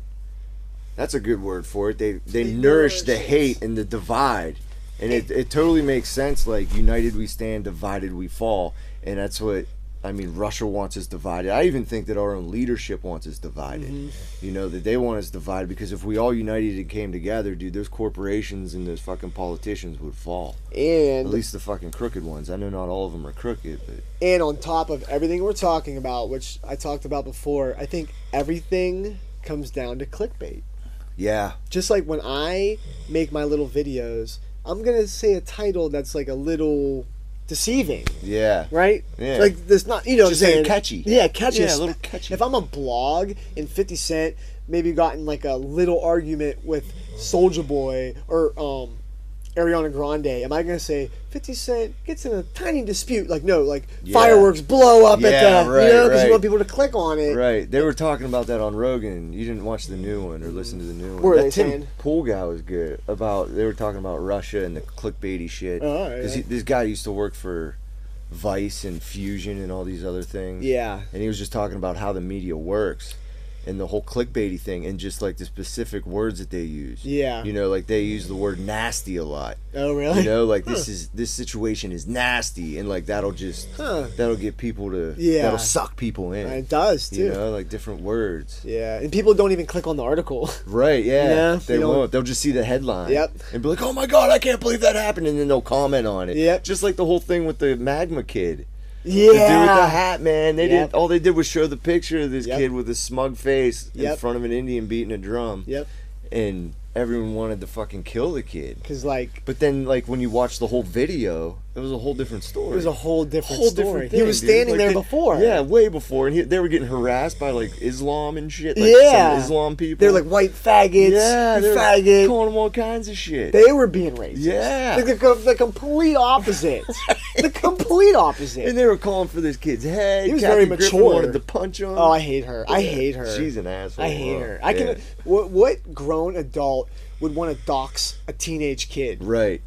Speaker 1: That's a good word for it. They they, nourish, the hate and the divide, and it, it totally makes sense. Like united we stand, divided we fall, and that's what I mean. Russia wants us divided. I even think that our own leadership wants us divided.
Speaker 2: Mm-hmm.
Speaker 1: You know that they want us divided because if we all united and came together, dude, those corporations and those fucking politicians would fall.
Speaker 2: And
Speaker 1: At least the fucking crooked ones. I know not all of them are crooked, but
Speaker 2: And on top of everything we're talking about, which I talked about before, I think everything comes down to clickbait.
Speaker 1: yeah,
Speaker 2: Just like when I make my little videos, I'm going to say a title that's like a little deceiving,
Speaker 1: yeah,
Speaker 2: right?
Speaker 1: Yeah.
Speaker 2: Like there's not, you know,
Speaker 1: Just
Speaker 2: what I'm
Speaker 1: say
Speaker 2: saying?
Speaker 1: catchy.
Speaker 2: Yeah, catchy.
Speaker 1: Yeah, a little catchy.
Speaker 2: If I'm a blog and 50 Cent maybe got in like a little argument with Soldier Boy or um Ariana Grande, am I gonna say 50 Cent gets in a tiny dispute? Like no, like
Speaker 1: Yeah.
Speaker 2: fireworks blow up
Speaker 1: Yeah,
Speaker 2: at the
Speaker 1: right,
Speaker 2: you know because
Speaker 1: right.
Speaker 2: you want people to click on it.
Speaker 1: right. They were talking about that on Rogan. You didn't watch the new one or listen to the new one.
Speaker 2: What were
Speaker 1: that
Speaker 2: they
Speaker 1: Tim
Speaker 2: saying?
Speaker 1: Pool guy was good about. They were talking about Russia and the clickbaity shit.
Speaker 2: Oh, all right,
Speaker 1: he- this guy used to work for Vice and Fusion and all these other things.
Speaker 2: Yeah.
Speaker 1: and he was just talking about how the media works and the whole clickbaity thing and just like the specific words that they use.
Speaker 2: Yeah.
Speaker 1: you know, like they use the word nasty a lot.
Speaker 2: Oh really?
Speaker 1: you know like this is this situation is nasty and like that'll just
Speaker 2: Huh.
Speaker 1: that'll get people to
Speaker 2: Yeah.
Speaker 1: that'll suck people in
Speaker 2: It does too.
Speaker 1: you know like different words
Speaker 2: Yeah, and people don't even click on the article.
Speaker 1: right yeah,
Speaker 2: Yeah,
Speaker 1: they
Speaker 2: you don't-
Speaker 1: won't they'll just see the headline
Speaker 2: Yep.
Speaker 1: and be like oh my god i can't believe that happened and then they'll comment on it
Speaker 2: Yep.
Speaker 1: just like the whole thing with the magma kid
Speaker 2: yeah.
Speaker 1: the dude with the hat man they
Speaker 2: Yep.
Speaker 1: did all they did was show the picture of this
Speaker 2: Yep.
Speaker 1: kid with a smug face in
Speaker 2: Yep.
Speaker 1: front of an indian beating a drum
Speaker 2: Yep.
Speaker 1: and everyone wanted to fucking kill the kid
Speaker 2: Because like
Speaker 1: But then, like when you watch the whole video, it was a whole different story.
Speaker 2: it was a whole different
Speaker 1: Whole
Speaker 2: story.
Speaker 1: different
Speaker 2: he was
Speaker 1: thing, dude.
Speaker 2: standing
Speaker 1: Like,
Speaker 2: there
Speaker 1: they-
Speaker 2: before.
Speaker 1: Yeah, way before, and he, they were getting harassed by like Islam and shit. Like,
Speaker 2: Yeah.
Speaker 1: some Islam people.
Speaker 2: They're like white faggots.
Speaker 1: yeah,
Speaker 2: you
Speaker 1: they're
Speaker 2: faggot.
Speaker 1: calling them all kinds of shit.
Speaker 2: They were being racist.
Speaker 1: Yeah.
Speaker 2: Like the, co- the complete opposite. the complete
Speaker 1: and
Speaker 2: opposite.
Speaker 1: they were calling for this kid's head.
Speaker 2: He was
Speaker 1: Kathy
Speaker 2: very
Speaker 1: Griffin
Speaker 2: mature.
Speaker 1: Wanted to punch him.
Speaker 2: Oh, I hate her. I hate her.
Speaker 1: She's an asshole.
Speaker 2: I hate her.
Speaker 1: huh?
Speaker 2: I can.
Speaker 1: Yeah.
Speaker 2: What, what grown adult would want to dox a teenage kid?
Speaker 1: Right.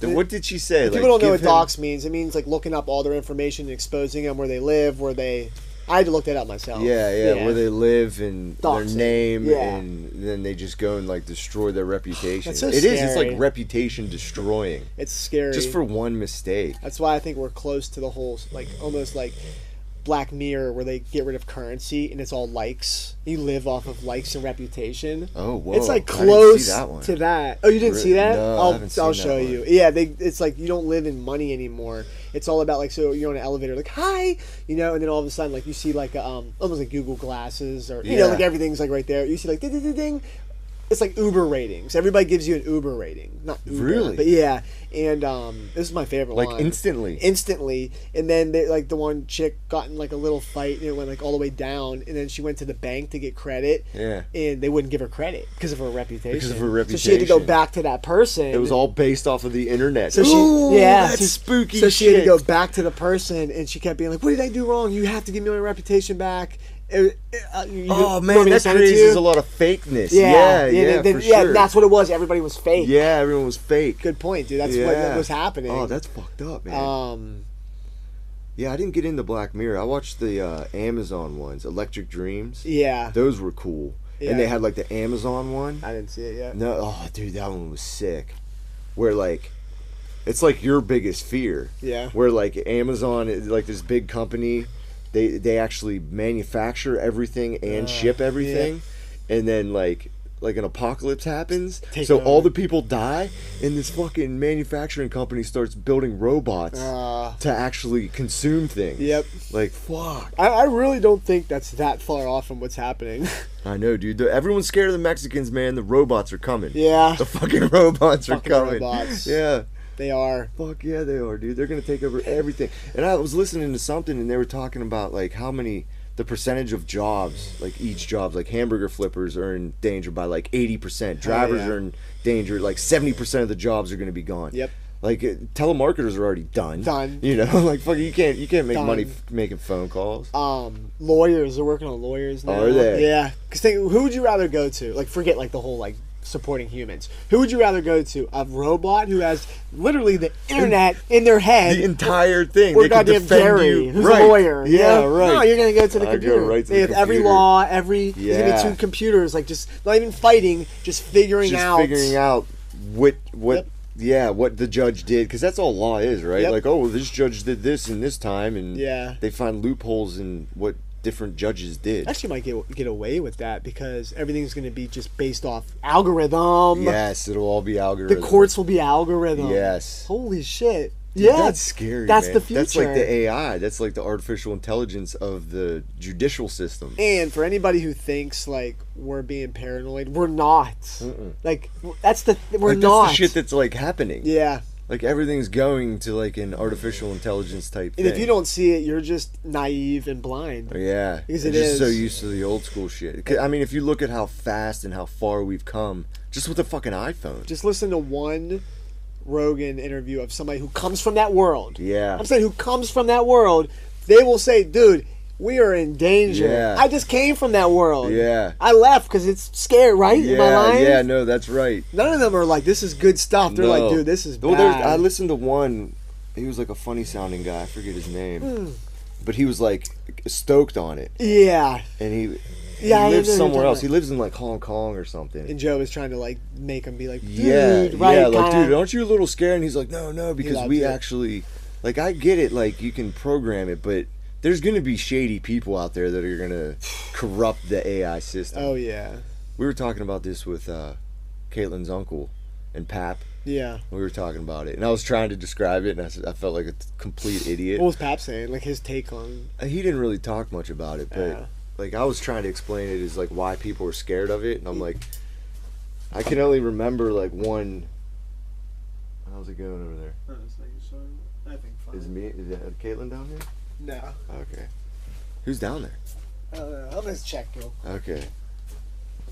Speaker 1: Then what did she say?
Speaker 2: People don't know
Speaker 1: give
Speaker 2: what
Speaker 1: him-
Speaker 2: dox means. It means like looking up all their information and exposing them where they live, where they I had to look that up myself.
Speaker 1: Yeah, yeah, where they live and
Speaker 2: Doxing.
Speaker 1: their name,
Speaker 2: Yeah.
Speaker 1: and then they just go and like destroy their reputation. It
Speaker 2: That's
Speaker 1: is.
Speaker 2: so
Speaker 1: It's
Speaker 2: scary.
Speaker 1: like reputation destroying,
Speaker 2: It's scary.
Speaker 1: just for one mistake.
Speaker 2: That's why I think we're close to the whole like almost like Black Mirror where they get rid of currency and it's all likes. You live off of likes and reputation.
Speaker 1: Oh, whoa!
Speaker 2: it's like
Speaker 1: I didn't see
Speaker 2: close
Speaker 1: that one.
Speaker 2: to that. Oh, you didn't
Speaker 1: Really?
Speaker 2: see that?
Speaker 1: No, I
Speaker 2: I'll,
Speaker 1: haven't seen
Speaker 2: will
Speaker 1: that
Speaker 2: show
Speaker 1: one.
Speaker 2: you. Yeah, they, it's like you don't live in money anymore. It's all about like so you're on an elevator like hi, you know, and then all of a sudden like you see like um almost like Google glasses or you know
Speaker 1: Yeah.
Speaker 2: like everything's like right there. You see like ding ding ding ding. It's like Uber ratings. Everybody gives you an Uber rating, not Uber,
Speaker 1: Really?
Speaker 2: but yeah. And um, this is my favorite
Speaker 1: Like
Speaker 2: line
Speaker 1: instantly.
Speaker 2: instantly and then they, like the one chick got in like a little fight and it went like all the way down and then she went to the bank to get credit
Speaker 1: Yeah.
Speaker 2: and they wouldn't give her credit because of her reputation
Speaker 1: Because of her
Speaker 2: so she had to go
Speaker 1: reputation.
Speaker 2: back to that person
Speaker 1: It was all based off of the internet.
Speaker 2: so she,
Speaker 1: Ooh,
Speaker 2: yeah,
Speaker 1: that's
Speaker 2: so-
Speaker 1: spooky.
Speaker 2: So she had to
Speaker 1: shit.
Speaker 2: go back to the person, and she kept being like, "What did I do wrong? You have to give me my reputation back." It- it- uh, you- you
Speaker 1: Oh
Speaker 2: want me
Speaker 1: man,
Speaker 2: to
Speaker 1: that
Speaker 2: send it to
Speaker 1: creates
Speaker 2: you?"
Speaker 1: a lot of fakeness.
Speaker 2: Yeah,
Speaker 1: Yeah, yeah,
Speaker 2: then- then-
Speaker 1: for
Speaker 2: yeah,
Speaker 1: sure.
Speaker 2: that's what it was. Everybody was fake.
Speaker 1: Yeah, everyone was fake.
Speaker 2: good point, dude. That's
Speaker 1: Yeah.
Speaker 2: what was happening.
Speaker 1: Oh, that's fucked up, man.
Speaker 2: um,
Speaker 1: yeah, I didn't get into Black Mirror. I watched the uh, Amazon ones, Electric Dreams.
Speaker 2: yeah.
Speaker 1: Those were cool.
Speaker 2: Yeah.
Speaker 1: And they had like the Amazon one.
Speaker 2: I didn't see it yet.
Speaker 1: No, oh, dude, that one was sick. Where like, it's like your biggest fear.
Speaker 2: Yeah.
Speaker 1: Where like Amazon, is like this big company, they they actually manufacture everything and ship everything, and then like like an apocalypse happens,
Speaker 2: Take
Speaker 1: so all
Speaker 2: over.
Speaker 1: the people die, and this fucking manufacturing company starts building robots
Speaker 2: Uh,
Speaker 1: to actually consume things.
Speaker 2: Yep.
Speaker 1: Like fuck.
Speaker 2: I, I really don't think that's that far off from what's happening.
Speaker 1: I know, dude. The- everyone's scared of the Mexicans, man. The robots are coming.
Speaker 2: yeah,
Speaker 1: The fucking robots are
Speaker 2: Fucking
Speaker 1: coming.
Speaker 2: robots.
Speaker 1: Yeah.
Speaker 2: they are.
Speaker 1: Fuck yeah, they are, dude. They're gonna take over everything. And I was listening to something, and they were talking about like how many, the percentage of jobs, like each job, like hamburger flippers are in danger by like eighty percent. Drivers
Speaker 2: yeah.
Speaker 1: are in danger. Like seventy percent of the jobs are gonna be gone.
Speaker 2: Yep.
Speaker 1: Like uh, telemarketers are already done.
Speaker 2: Done.
Speaker 1: You know, like fuck, you can't you can't make money
Speaker 2: Done.
Speaker 1: f- making phone calls.
Speaker 2: Um, lawyers are working on lawyers now.
Speaker 1: Are they?
Speaker 2: Yeah. Because who would you rather go to? Like, forget like the whole like supporting humans. Who would you rather go to? A robot who has literally the internet in their head.
Speaker 1: the entire thing.
Speaker 2: or
Speaker 1: they could
Speaker 2: goddamn
Speaker 1: defend
Speaker 2: Gary,
Speaker 1: you.
Speaker 2: who's
Speaker 1: right.
Speaker 2: a lawyer. you
Speaker 1: Yeah,
Speaker 2: know?
Speaker 1: right.
Speaker 2: No, you're gonna go to the
Speaker 1: I'd go
Speaker 2: computer.
Speaker 1: right to
Speaker 2: they
Speaker 1: the
Speaker 2: have every
Speaker 1: computer.
Speaker 2: law, every. Yeah. There's
Speaker 1: Yeah.
Speaker 2: gonna be two computers, like just not even fighting, just figuring
Speaker 1: just
Speaker 2: out.
Speaker 1: figuring out what what
Speaker 2: Yep.
Speaker 1: yeah what the judge did because that's all law is right
Speaker 2: Yep.
Speaker 1: like oh well, this judge did this in this time and
Speaker 2: Yeah.
Speaker 1: they find loopholes in what different judges did
Speaker 2: Actually, might get get away with that because everything's gonna be just based off algorithm.
Speaker 1: yes it'll all be
Speaker 2: The
Speaker 1: algorithm
Speaker 2: courts will be algorithm.
Speaker 1: yes
Speaker 2: Holy shit.
Speaker 1: Dude,
Speaker 2: yeah.
Speaker 1: that's scary
Speaker 2: That's
Speaker 1: man.
Speaker 2: the future.
Speaker 1: that's like the ai that's like the artificial intelligence of the judicial system
Speaker 2: and for anybody who thinks like we're being paranoid, we're not. Like w- that's the th- we're
Speaker 1: like,
Speaker 2: not.
Speaker 1: that's the shit that's like happening
Speaker 2: yeah.
Speaker 1: like everything's going to like an artificial intelligence type
Speaker 2: And
Speaker 1: thing
Speaker 2: if you don't see it, you're just naive and blind.
Speaker 1: Yeah,
Speaker 2: Because
Speaker 1: I'm
Speaker 2: it
Speaker 1: just so
Speaker 2: is.
Speaker 1: used to the old school shit. 'Cause, I mean, if you look at how fast and how far we've come, just with the fucking iPhone.
Speaker 2: Just listen to one Rogan interview of somebody who comes from that world.
Speaker 1: Yeah.
Speaker 2: I'm saying who comes from that world, they will say, dude, we are in danger.
Speaker 1: Yeah.
Speaker 2: I just came from that world.
Speaker 1: Yeah.
Speaker 2: I left because it's scary, right? Am I
Speaker 1: yeah,
Speaker 2: lying?
Speaker 1: yeah, no, that's right.
Speaker 2: None of them are like, this is good stuff. They're
Speaker 1: No.
Speaker 2: like, dude, this is
Speaker 1: Well, there's-
Speaker 2: bad.
Speaker 1: I listened to one. He was like a funny sounding guy. I forget his name,
Speaker 2: Hmm.
Speaker 1: but he was like stoked on it,
Speaker 2: yeah.
Speaker 1: and he.
Speaker 2: Yeah, I know
Speaker 1: he
Speaker 2: who you're
Speaker 1: lives somewhere
Speaker 2: talking
Speaker 1: else.
Speaker 2: about.
Speaker 1: He lives in like Hong Kong or something.
Speaker 2: And Joe is trying to like make him be like, dude,
Speaker 1: yeah,
Speaker 2: right?
Speaker 1: yeah, like
Speaker 2: kinda-
Speaker 1: dude, aren't you a little scared? And he's like, no, no, because
Speaker 2: loves
Speaker 1: we
Speaker 2: it.
Speaker 1: actually, like, I get it. Like, you can program it, but there's gonna be shady people out there that are gonna corrupt the AI system.
Speaker 2: Oh yeah,
Speaker 1: We were talking about this with uh, Caitlin's uncle and Pap.
Speaker 2: yeah.
Speaker 1: We were talking about it, and I was trying to describe it, and I, s- I felt like a t- complete idiot.
Speaker 2: What was Pap saying? Like his take on?
Speaker 1: he didn't really talk much about it, but
Speaker 2: Yeah.
Speaker 1: like I was trying to explain it is like why people are scared of it, and I'm like, I can only remember like one. How's it going over there?
Speaker 2: Oh,
Speaker 1: Is me? Is that uh, Caitlin down here?
Speaker 2: No,
Speaker 1: Okay. Who's down there?
Speaker 2: I don't know. I'm gonna Uh, check real
Speaker 1: Okay.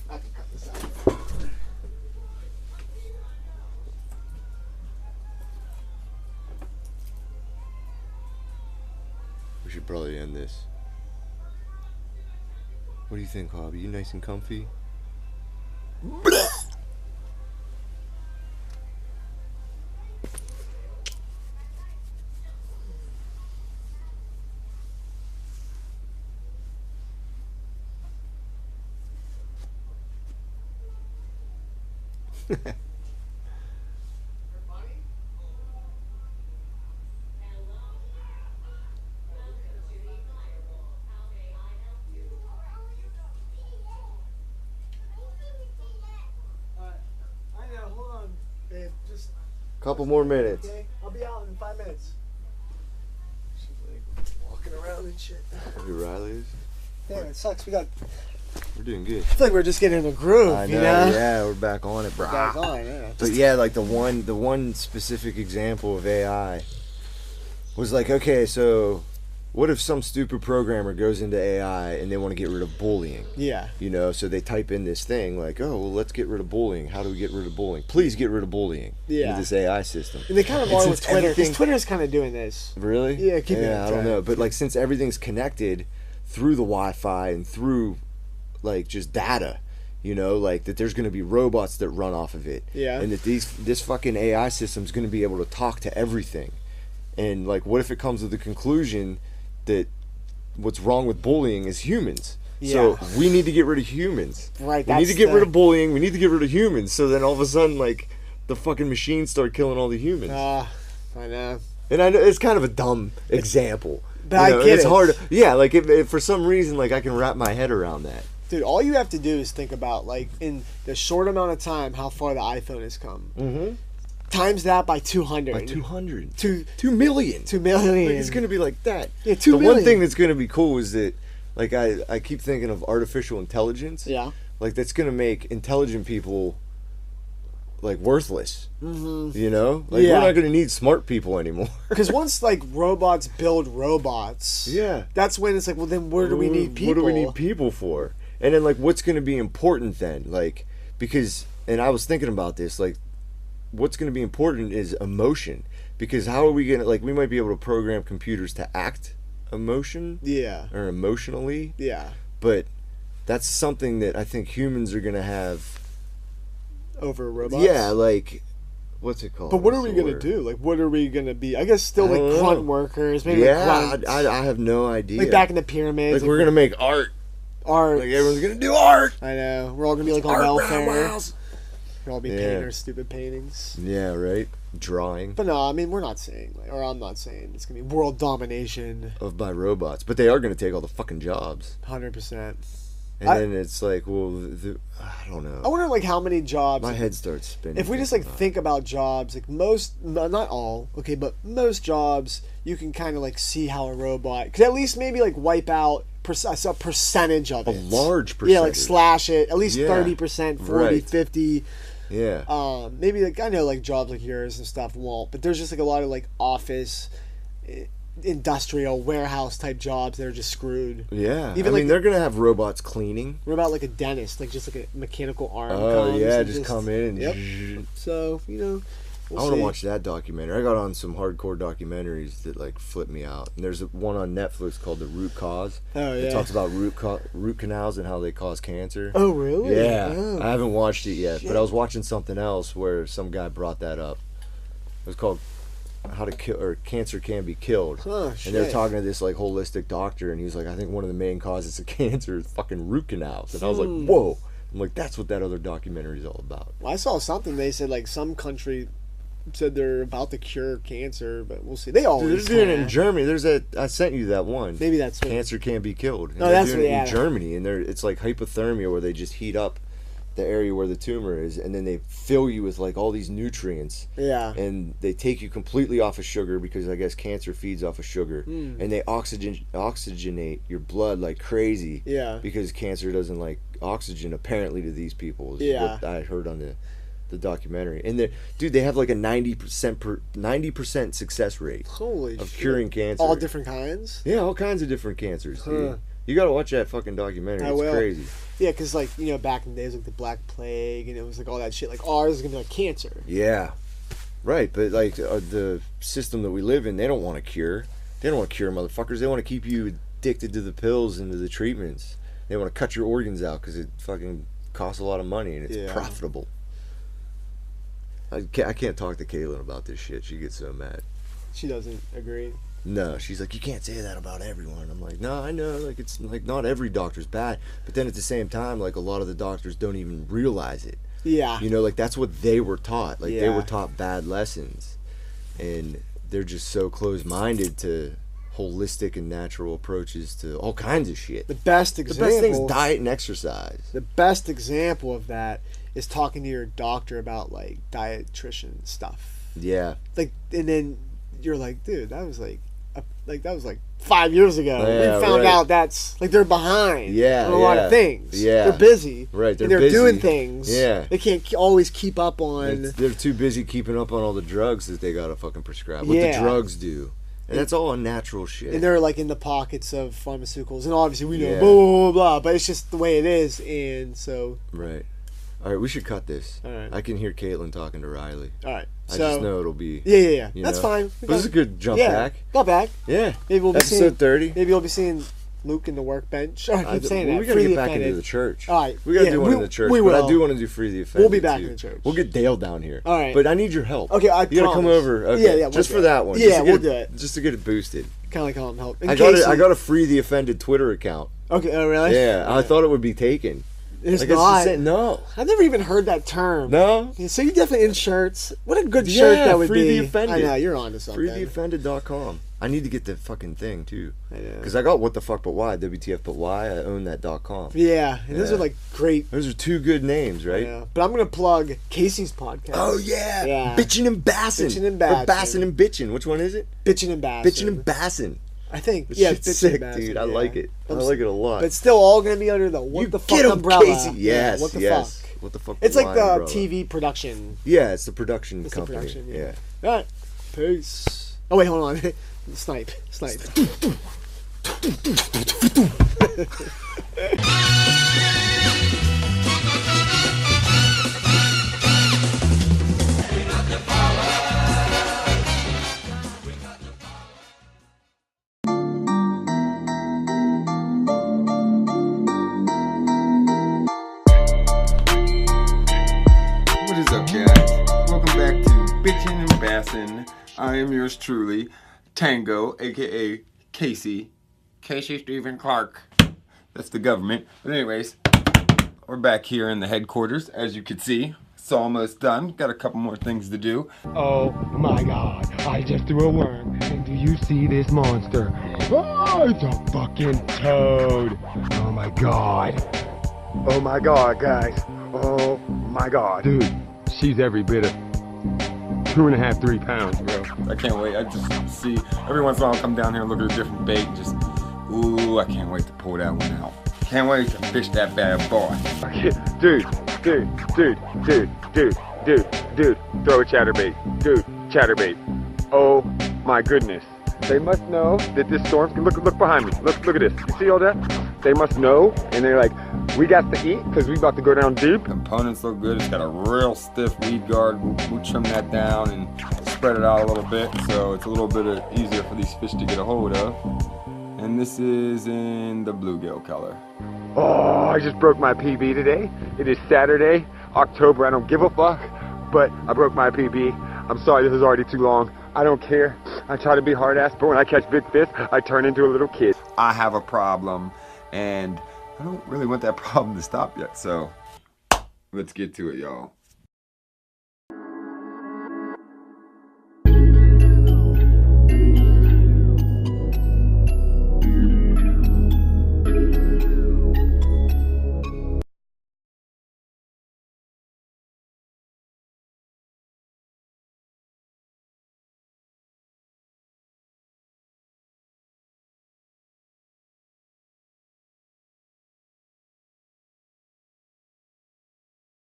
Speaker 2: I can cut this out.
Speaker 1: We should probably end this. What do you think, Hobby? You nice and comfy?
Speaker 2: I know. Hold on, babe. Just
Speaker 1: Couple more minutes.
Speaker 2: I'll be out in five minutes. She's like walking around and shit.
Speaker 1: Happy rallies.
Speaker 2: Damn, it sucks. We got.
Speaker 1: We're doing good.
Speaker 2: I feel like we're just getting in the groove.
Speaker 1: I know.
Speaker 2: You know.
Speaker 1: Yeah, we're back on it, bro.
Speaker 2: Back on, yeah.
Speaker 1: But yeah, like the one the one specific example of AI was like, okay, so what if some stupid programmer goes into AI and they want to get rid of bullying?
Speaker 2: Yeah.
Speaker 1: You know, so they type in this thing like, oh, well, let's get rid of bullying. How do we get rid of bullying? Please get rid of bullying.
Speaker 2: Yeah.
Speaker 1: With this AI system.
Speaker 2: And they kind of
Speaker 1: And
Speaker 2: are
Speaker 1: since
Speaker 2: with Twitter.
Speaker 1: everything-
Speaker 2: Because Twitter's kind of doing this.
Speaker 1: Really?
Speaker 2: Yeah, keep it
Speaker 1: yeah. I don't
Speaker 2: intact.
Speaker 1: know, but like since everything's connected through the Wi-Fi and through like just data, you know, like that there's going to be robots that run off of it.
Speaker 2: Yeah.
Speaker 1: And that these this fucking AI system's going to be able to talk to everything. And like, what if it comes to the conclusion that what's wrong with bullying is humans? So
Speaker 2: Yeah.
Speaker 1: we need to get rid of humans.
Speaker 2: Right,
Speaker 1: We need to
Speaker 2: that's
Speaker 1: get rid
Speaker 2: the-
Speaker 1: of bullying. We need to get rid of humans. So then all of a sudden, like, the fucking machines start killing all the humans.
Speaker 2: Ah, I know.
Speaker 1: And I know it's kind of a dumb example.
Speaker 2: But I get
Speaker 1: it's
Speaker 2: it.
Speaker 1: hard. Yeah, like if, if for some reason, like I can wrap my head around that.
Speaker 2: Dude, all you have to do is think about like in the short amount of time how far the iPhone has come. Mm-hmm. Times that by two hundred.
Speaker 1: Like 200.
Speaker 2: Two-
Speaker 1: 2 million.
Speaker 2: two million.
Speaker 1: Like, it's going to be like that.
Speaker 2: Yeah, two
Speaker 1: The one
Speaker 2: million.
Speaker 1: thing that's going to be cool is that, like, I, I keep thinking of artificial intelligence.
Speaker 2: Yeah.
Speaker 1: Like, that's going to make intelligent people, like, worthless. Mm-hmm. You know? Like,
Speaker 2: Yeah.
Speaker 1: we're not going to need smart people anymore.
Speaker 2: Because once like robots build robots,
Speaker 1: Yeah.
Speaker 2: that's when it's like, well, then where do we
Speaker 1: What-
Speaker 2: need people?
Speaker 1: What do we need people for? And then like, what's going to be important then? Like, because and I was thinking about this. Like, what's going to be important is emotion. Because how are we going to like? We might be able to program computers to act emotion
Speaker 2: Yeah,
Speaker 1: or emotionally,
Speaker 2: yeah.
Speaker 1: but that's something that I think humans are going to have.
Speaker 2: Over robots.
Speaker 1: Yeah, like, what's it called?
Speaker 2: But what are
Speaker 1: What's
Speaker 2: we
Speaker 1: the
Speaker 2: gonna
Speaker 1: word?
Speaker 2: do? Like, what are we gonna be? I guess still
Speaker 1: I don't
Speaker 2: like
Speaker 1: know.
Speaker 2: grunt workers, maybe like,
Speaker 1: Yeah,
Speaker 2: grunt-
Speaker 1: I, I, I have no idea.
Speaker 2: like back in the pyramids,
Speaker 1: like
Speaker 2: like,
Speaker 1: we're gonna make art.
Speaker 2: art.
Speaker 1: Like everyone's gonna do art.
Speaker 2: I know. We're all gonna be like on
Speaker 1: Art
Speaker 2: welfare.
Speaker 1: Roundhouse.
Speaker 2: We'll all be
Speaker 1: Yeah.
Speaker 2: painting our stupid paintings.
Speaker 1: Yeah, right. Drawing.
Speaker 2: But no, I mean we're not saying, like, or I'm not saying it's gonna be world domination,
Speaker 1: of by robots, but they are going to take all the fucking jobs.
Speaker 2: hundred percent.
Speaker 1: And
Speaker 2: I-
Speaker 1: then it's like, well, the, the, I don't know.
Speaker 2: I wonder like how many jobs.
Speaker 1: My head starts spinning.
Speaker 2: if we just like
Speaker 1: thinking
Speaker 2: think about jobs, like most, no- not all, okay, but most jobs, you can kind of like see how a robot could at least maybe like wipe out per- a percentage of
Speaker 1: A
Speaker 2: it.
Speaker 1: large
Speaker 2: Yeah, like
Speaker 1: percentage.
Speaker 2: slash it, at least
Speaker 1: Yeah,
Speaker 2: 30%, 40
Speaker 1: right.
Speaker 2: 50
Speaker 1: about it. yeah,
Speaker 2: um, maybe like I know like jobs like yours and stuff won't, but there's just like a lot of like office, i- industrial, warehouse type jobs that are just screwed.
Speaker 1: yeah.
Speaker 2: even
Speaker 1: I mean,
Speaker 2: like-
Speaker 1: they're going to have robots cleaning.
Speaker 2: What about like a dentist, like just like a mechanical arm?
Speaker 1: Oh
Speaker 2: comes
Speaker 1: yeah,
Speaker 2: and
Speaker 1: just, come in and.
Speaker 2: Yep. So you know, we'll
Speaker 1: I want
Speaker 2: see.
Speaker 1: to watch that documentary. I got on some hardcore documentaries that like flip me out. And there's one on Netflix called The Root Cause.
Speaker 2: Oh, yeah.
Speaker 1: It talks about root co- root canals and how they cause cancer.
Speaker 2: Oh really?
Speaker 1: Yeah,
Speaker 2: Oh.
Speaker 1: I haven't watched it yet, but I was watching something else where some guy brought that up. It was called "How to Kill" or "Cancer Can Be Killed,"
Speaker 2: Huh,
Speaker 1: and they're
Speaker 2: shit.
Speaker 1: talking to this like holistic doctor, and he's like, "I think one of the main causes of cancer is fucking root canals," and I was
Speaker 2: Hmm.
Speaker 1: like, "Whoa!" I'm like, "That's what that other documentary is all about."
Speaker 2: Well, I saw something. They said like some country said they're about to cure cancer, but we'll see. They
Speaker 1: Dude,
Speaker 2: always
Speaker 1: they're doing it in
Speaker 2: have.
Speaker 1: Germany. There's that I sent you that one.
Speaker 2: Maybe that's what-
Speaker 1: cancer can be killed. And
Speaker 2: No,
Speaker 1: they're
Speaker 2: that's
Speaker 1: doing
Speaker 2: what-
Speaker 1: it
Speaker 2: yeah.
Speaker 1: in Germany, and they're it's like hypothermia where they just heat up the area where the tumor is, and then they fill you with like all these nutrients.
Speaker 2: Yeah.
Speaker 1: And they take you completely off of sugar because I guess cancer feeds off of sugar,
Speaker 2: Hmm.
Speaker 1: and they oxygen oxygenate your blood like crazy.
Speaker 2: Yeah.
Speaker 1: Because cancer doesn't like oxygen apparently to these people. is
Speaker 2: Yeah.
Speaker 1: What I heard on the. The documentary, and they dude, they have like a ninety percent per ninety percent success rate
Speaker 2: Holy
Speaker 1: of
Speaker 2: shit.
Speaker 1: curing cancer.
Speaker 2: all different kinds.
Speaker 1: Yeah, all kinds of different cancers. Dude.
Speaker 2: Huh.
Speaker 1: You gotta watch that fucking documentary.
Speaker 2: I
Speaker 1: it's
Speaker 2: will.
Speaker 1: crazy.
Speaker 2: Yeah, because like you know back in the days like the Black Plague and it was like all that shit. Like ours is gonna be like cancer.
Speaker 1: Yeah, right. But like uh, the system that we live in, they don't want to cure. They don't want to cure motherfuckers. They want to keep you addicted to the pills and to the treatments. They want to cut your organs out because it fucking costs a lot of money and it's
Speaker 2: Yeah.
Speaker 1: profitable. I can't, I can't talk to Caitlin about this shit. She gets so mad.
Speaker 2: She doesn't agree.
Speaker 1: No, she's like, you can't say that about everyone. I'm like, no, I know. Like, it's like not every doctor's bad, but then at the same time, like a lot of the doctors don't even realize it.
Speaker 2: Yeah.
Speaker 1: You know, like that's what they were taught. Like they
Speaker 2: Yeah.
Speaker 1: were taught bad lessons, and they're just so closed-minded to holistic and natural approaches to all kinds of shit.
Speaker 2: The best
Speaker 1: The
Speaker 2: example.
Speaker 1: best thing's diet and exercise.
Speaker 2: The best example of that is talking to your doctor about like dietitian stuff.
Speaker 1: Yeah.
Speaker 2: Like, and then you're like, dude, that was like, a, like that was like five years ago.
Speaker 1: Yeah,
Speaker 2: we found
Speaker 1: right.
Speaker 2: out that's like they're behind.
Speaker 1: Yeah,
Speaker 2: on a lot
Speaker 1: yeah,
Speaker 2: of things.
Speaker 1: yeah.
Speaker 2: they're busy.
Speaker 1: Right,
Speaker 2: and
Speaker 1: they're
Speaker 2: they're doing
Speaker 1: busy.
Speaker 2: things.
Speaker 1: Yeah.
Speaker 2: they can't ke- always keep up on.
Speaker 1: It's- they're too busy keeping up on all the drugs that they gotta fucking prescribe. What the
Speaker 2: Yeah.
Speaker 1: drugs do, and that's all unnatural shit.
Speaker 2: and they're like in the pockets of pharmaceuticals, and obviously we know
Speaker 1: Yeah.
Speaker 2: blah, blah blah blah, but it's just the way it is, and so
Speaker 1: right. All right, we should cut this.
Speaker 2: All right.
Speaker 1: I can hear Caitlin talking to Riley.
Speaker 2: all right,
Speaker 1: I
Speaker 2: so
Speaker 1: just know it'll be.
Speaker 2: yeah, yeah, yeah,
Speaker 1: you
Speaker 2: that's
Speaker 1: know.
Speaker 2: fine.
Speaker 1: But this is a good jump
Speaker 2: yeah,
Speaker 1: back.
Speaker 2: Got back.
Speaker 1: Yeah.
Speaker 2: Maybe we'll be
Speaker 1: Episode
Speaker 2: seeing
Speaker 1: 30.
Speaker 2: maybe we'll be seeing Luke in the workbench. Oh, I keep
Speaker 1: I d-
Speaker 2: saying
Speaker 1: well,
Speaker 2: that.
Speaker 1: we gotta
Speaker 2: Freely
Speaker 1: get back
Speaker 2: offended.
Speaker 1: into the church.
Speaker 2: All right,
Speaker 1: we gotta
Speaker 2: yeah,
Speaker 1: do one
Speaker 2: we-
Speaker 1: in the church.
Speaker 2: we
Speaker 1: But I
Speaker 2: will.
Speaker 1: do want to do free the offended.
Speaker 2: be back
Speaker 1: too.
Speaker 2: in the church.
Speaker 1: We'll get Dale down here.
Speaker 2: All right.
Speaker 1: but I need your help.
Speaker 2: Okay, I
Speaker 1: you gotta come
Speaker 2: promise.
Speaker 1: over. Okay,
Speaker 2: Yeah, yeah, we'll
Speaker 1: just
Speaker 2: do
Speaker 1: for
Speaker 2: it.
Speaker 1: that one.
Speaker 2: Yeah,
Speaker 1: just to get
Speaker 2: we'll do it.
Speaker 1: Just to get it boosted.
Speaker 2: Kind of like call him help. In
Speaker 1: I got
Speaker 2: case
Speaker 1: a, I
Speaker 2: he-
Speaker 1: got a free the offended Twitter account.
Speaker 2: Okay. Oh really?
Speaker 1: Yeah, I thought it would be taken.
Speaker 2: It's
Speaker 1: Like,
Speaker 2: not.
Speaker 1: just- no,
Speaker 2: I've never even heard that term.
Speaker 1: no.
Speaker 2: Yeah, so you definitely in shirts. What a good shirt
Speaker 1: Yeah,
Speaker 2: that would
Speaker 1: free the
Speaker 2: be.
Speaker 1: offended.
Speaker 2: I know you're on to something.
Speaker 1: Freetheoffended.com. I need to get the fucking thing too,
Speaker 2: I know.
Speaker 1: because I got what the fuck but why WTF but why I own that dot com.
Speaker 2: Yeah, and those
Speaker 1: Yeah.
Speaker 2: are like great.
Speaker 1: Those are two good names, right?
Speaker 2: Yeah. But I'm gonna plug Casey's podcast.
Speaker 1: Oh yeah.
Speaker 2: Yeah.
Speaker 1: bitching and bassin'.
Speaker 2: Bitchin' and
Speaker 1: Or
Speaker 2: bassin'.
Speaker 1: bassin' and bitching. Which one is it?
Speaker 2: bitching and bass.
Speaker 1: Bitchin' and bassin'.
Speaker 2: I think.
Speaker 1: That
Speaker 2: yeah,
Speaker 1: shit's
Speaker 2: bitchin' and
Speaker 1: sick,
Speaker 2: bassin',
Speaker 1: dude. I
Speaker 2: yeah.
Speaker 1: like it. i
Speaker 2: I'm s-
Speaker 1: like it a lot.
Speaker 2: But it's still all gonna be under the what
Speaker 1: you
Speaker 2: the
Speaker 1: get
Speaker 2: fuck
Speaker 1: 'em,
Speaker 2: umbrella.
Speaker 1: Casey.
Speaker 2: Yeah,
Speaker 1: Yes.
Speaker 2: what the
Speaker 1: yes.
Speaker 2: fuck.
Speaker 1: What the fuck?
Speaker 2: It's like
Speaker 1: why
Speaker 2: the
Speaker 1: umbrella?
Speaker 2: TV production.
Speaker 1: Yeah, it's the production
Speaker 2: It's the
Speaker 1: company.
Speaker 2: production,
Speaker 1: yeah.
Speaker 2: yeah. All right. Peace. Oh wait, hold on. Snipe. Snipe.
Speaker 9: What is up, guys? Welcome back to Bitchin' and Bassin'. I am yours truly, Tango, aka Casey. Casey Stephen Clark. That's the government. But, anyways, we're back here in the headquarters, as you can see. It's almost done. Got a couple more things to do.
Speaker 10: Oh my god, I just threw a worm. And do you see this monster? Oh, it's a fucking toad. Oh my god. Oh my god, guys. Oh my god. Dude, she's every bit of two and a half, three pounds, bro.
Speaker 9: I can't wait. I just see every once in a while I'll come down here and look at a different bait and just, ooh, I can't wait to pull that one out. Can't wait to fish that bad boy.
Speaker 10: Dude, dude, dude, dude, dude, dude, dude, throw a chatterbait. Dude, chatterbait. Oh my goodness. They must know that this storm's look look behind me. Look look at this. You see all that? They must know and they're like, we got to eat because we about to go down deep.
Speaker 9: Components look good. It's got a real stiff weed guard. We'll, we'll trim that down and spread it out a little bit so it's a little bit uh, easier for these fish to get a hold of. And this is in the bluegill color.
Speaker 10: Oh, I just broke my PB today. It is Saturday, October. I don't give a fuck, but I broke my PB. I'm sorry, this is already too long. I don't care. I try to be hard ass, but when I catch big fish, I turn into a little kid.
Speaker 9: I have a problem and I don't really want that problem to stop yet, so let's get to it, y'all.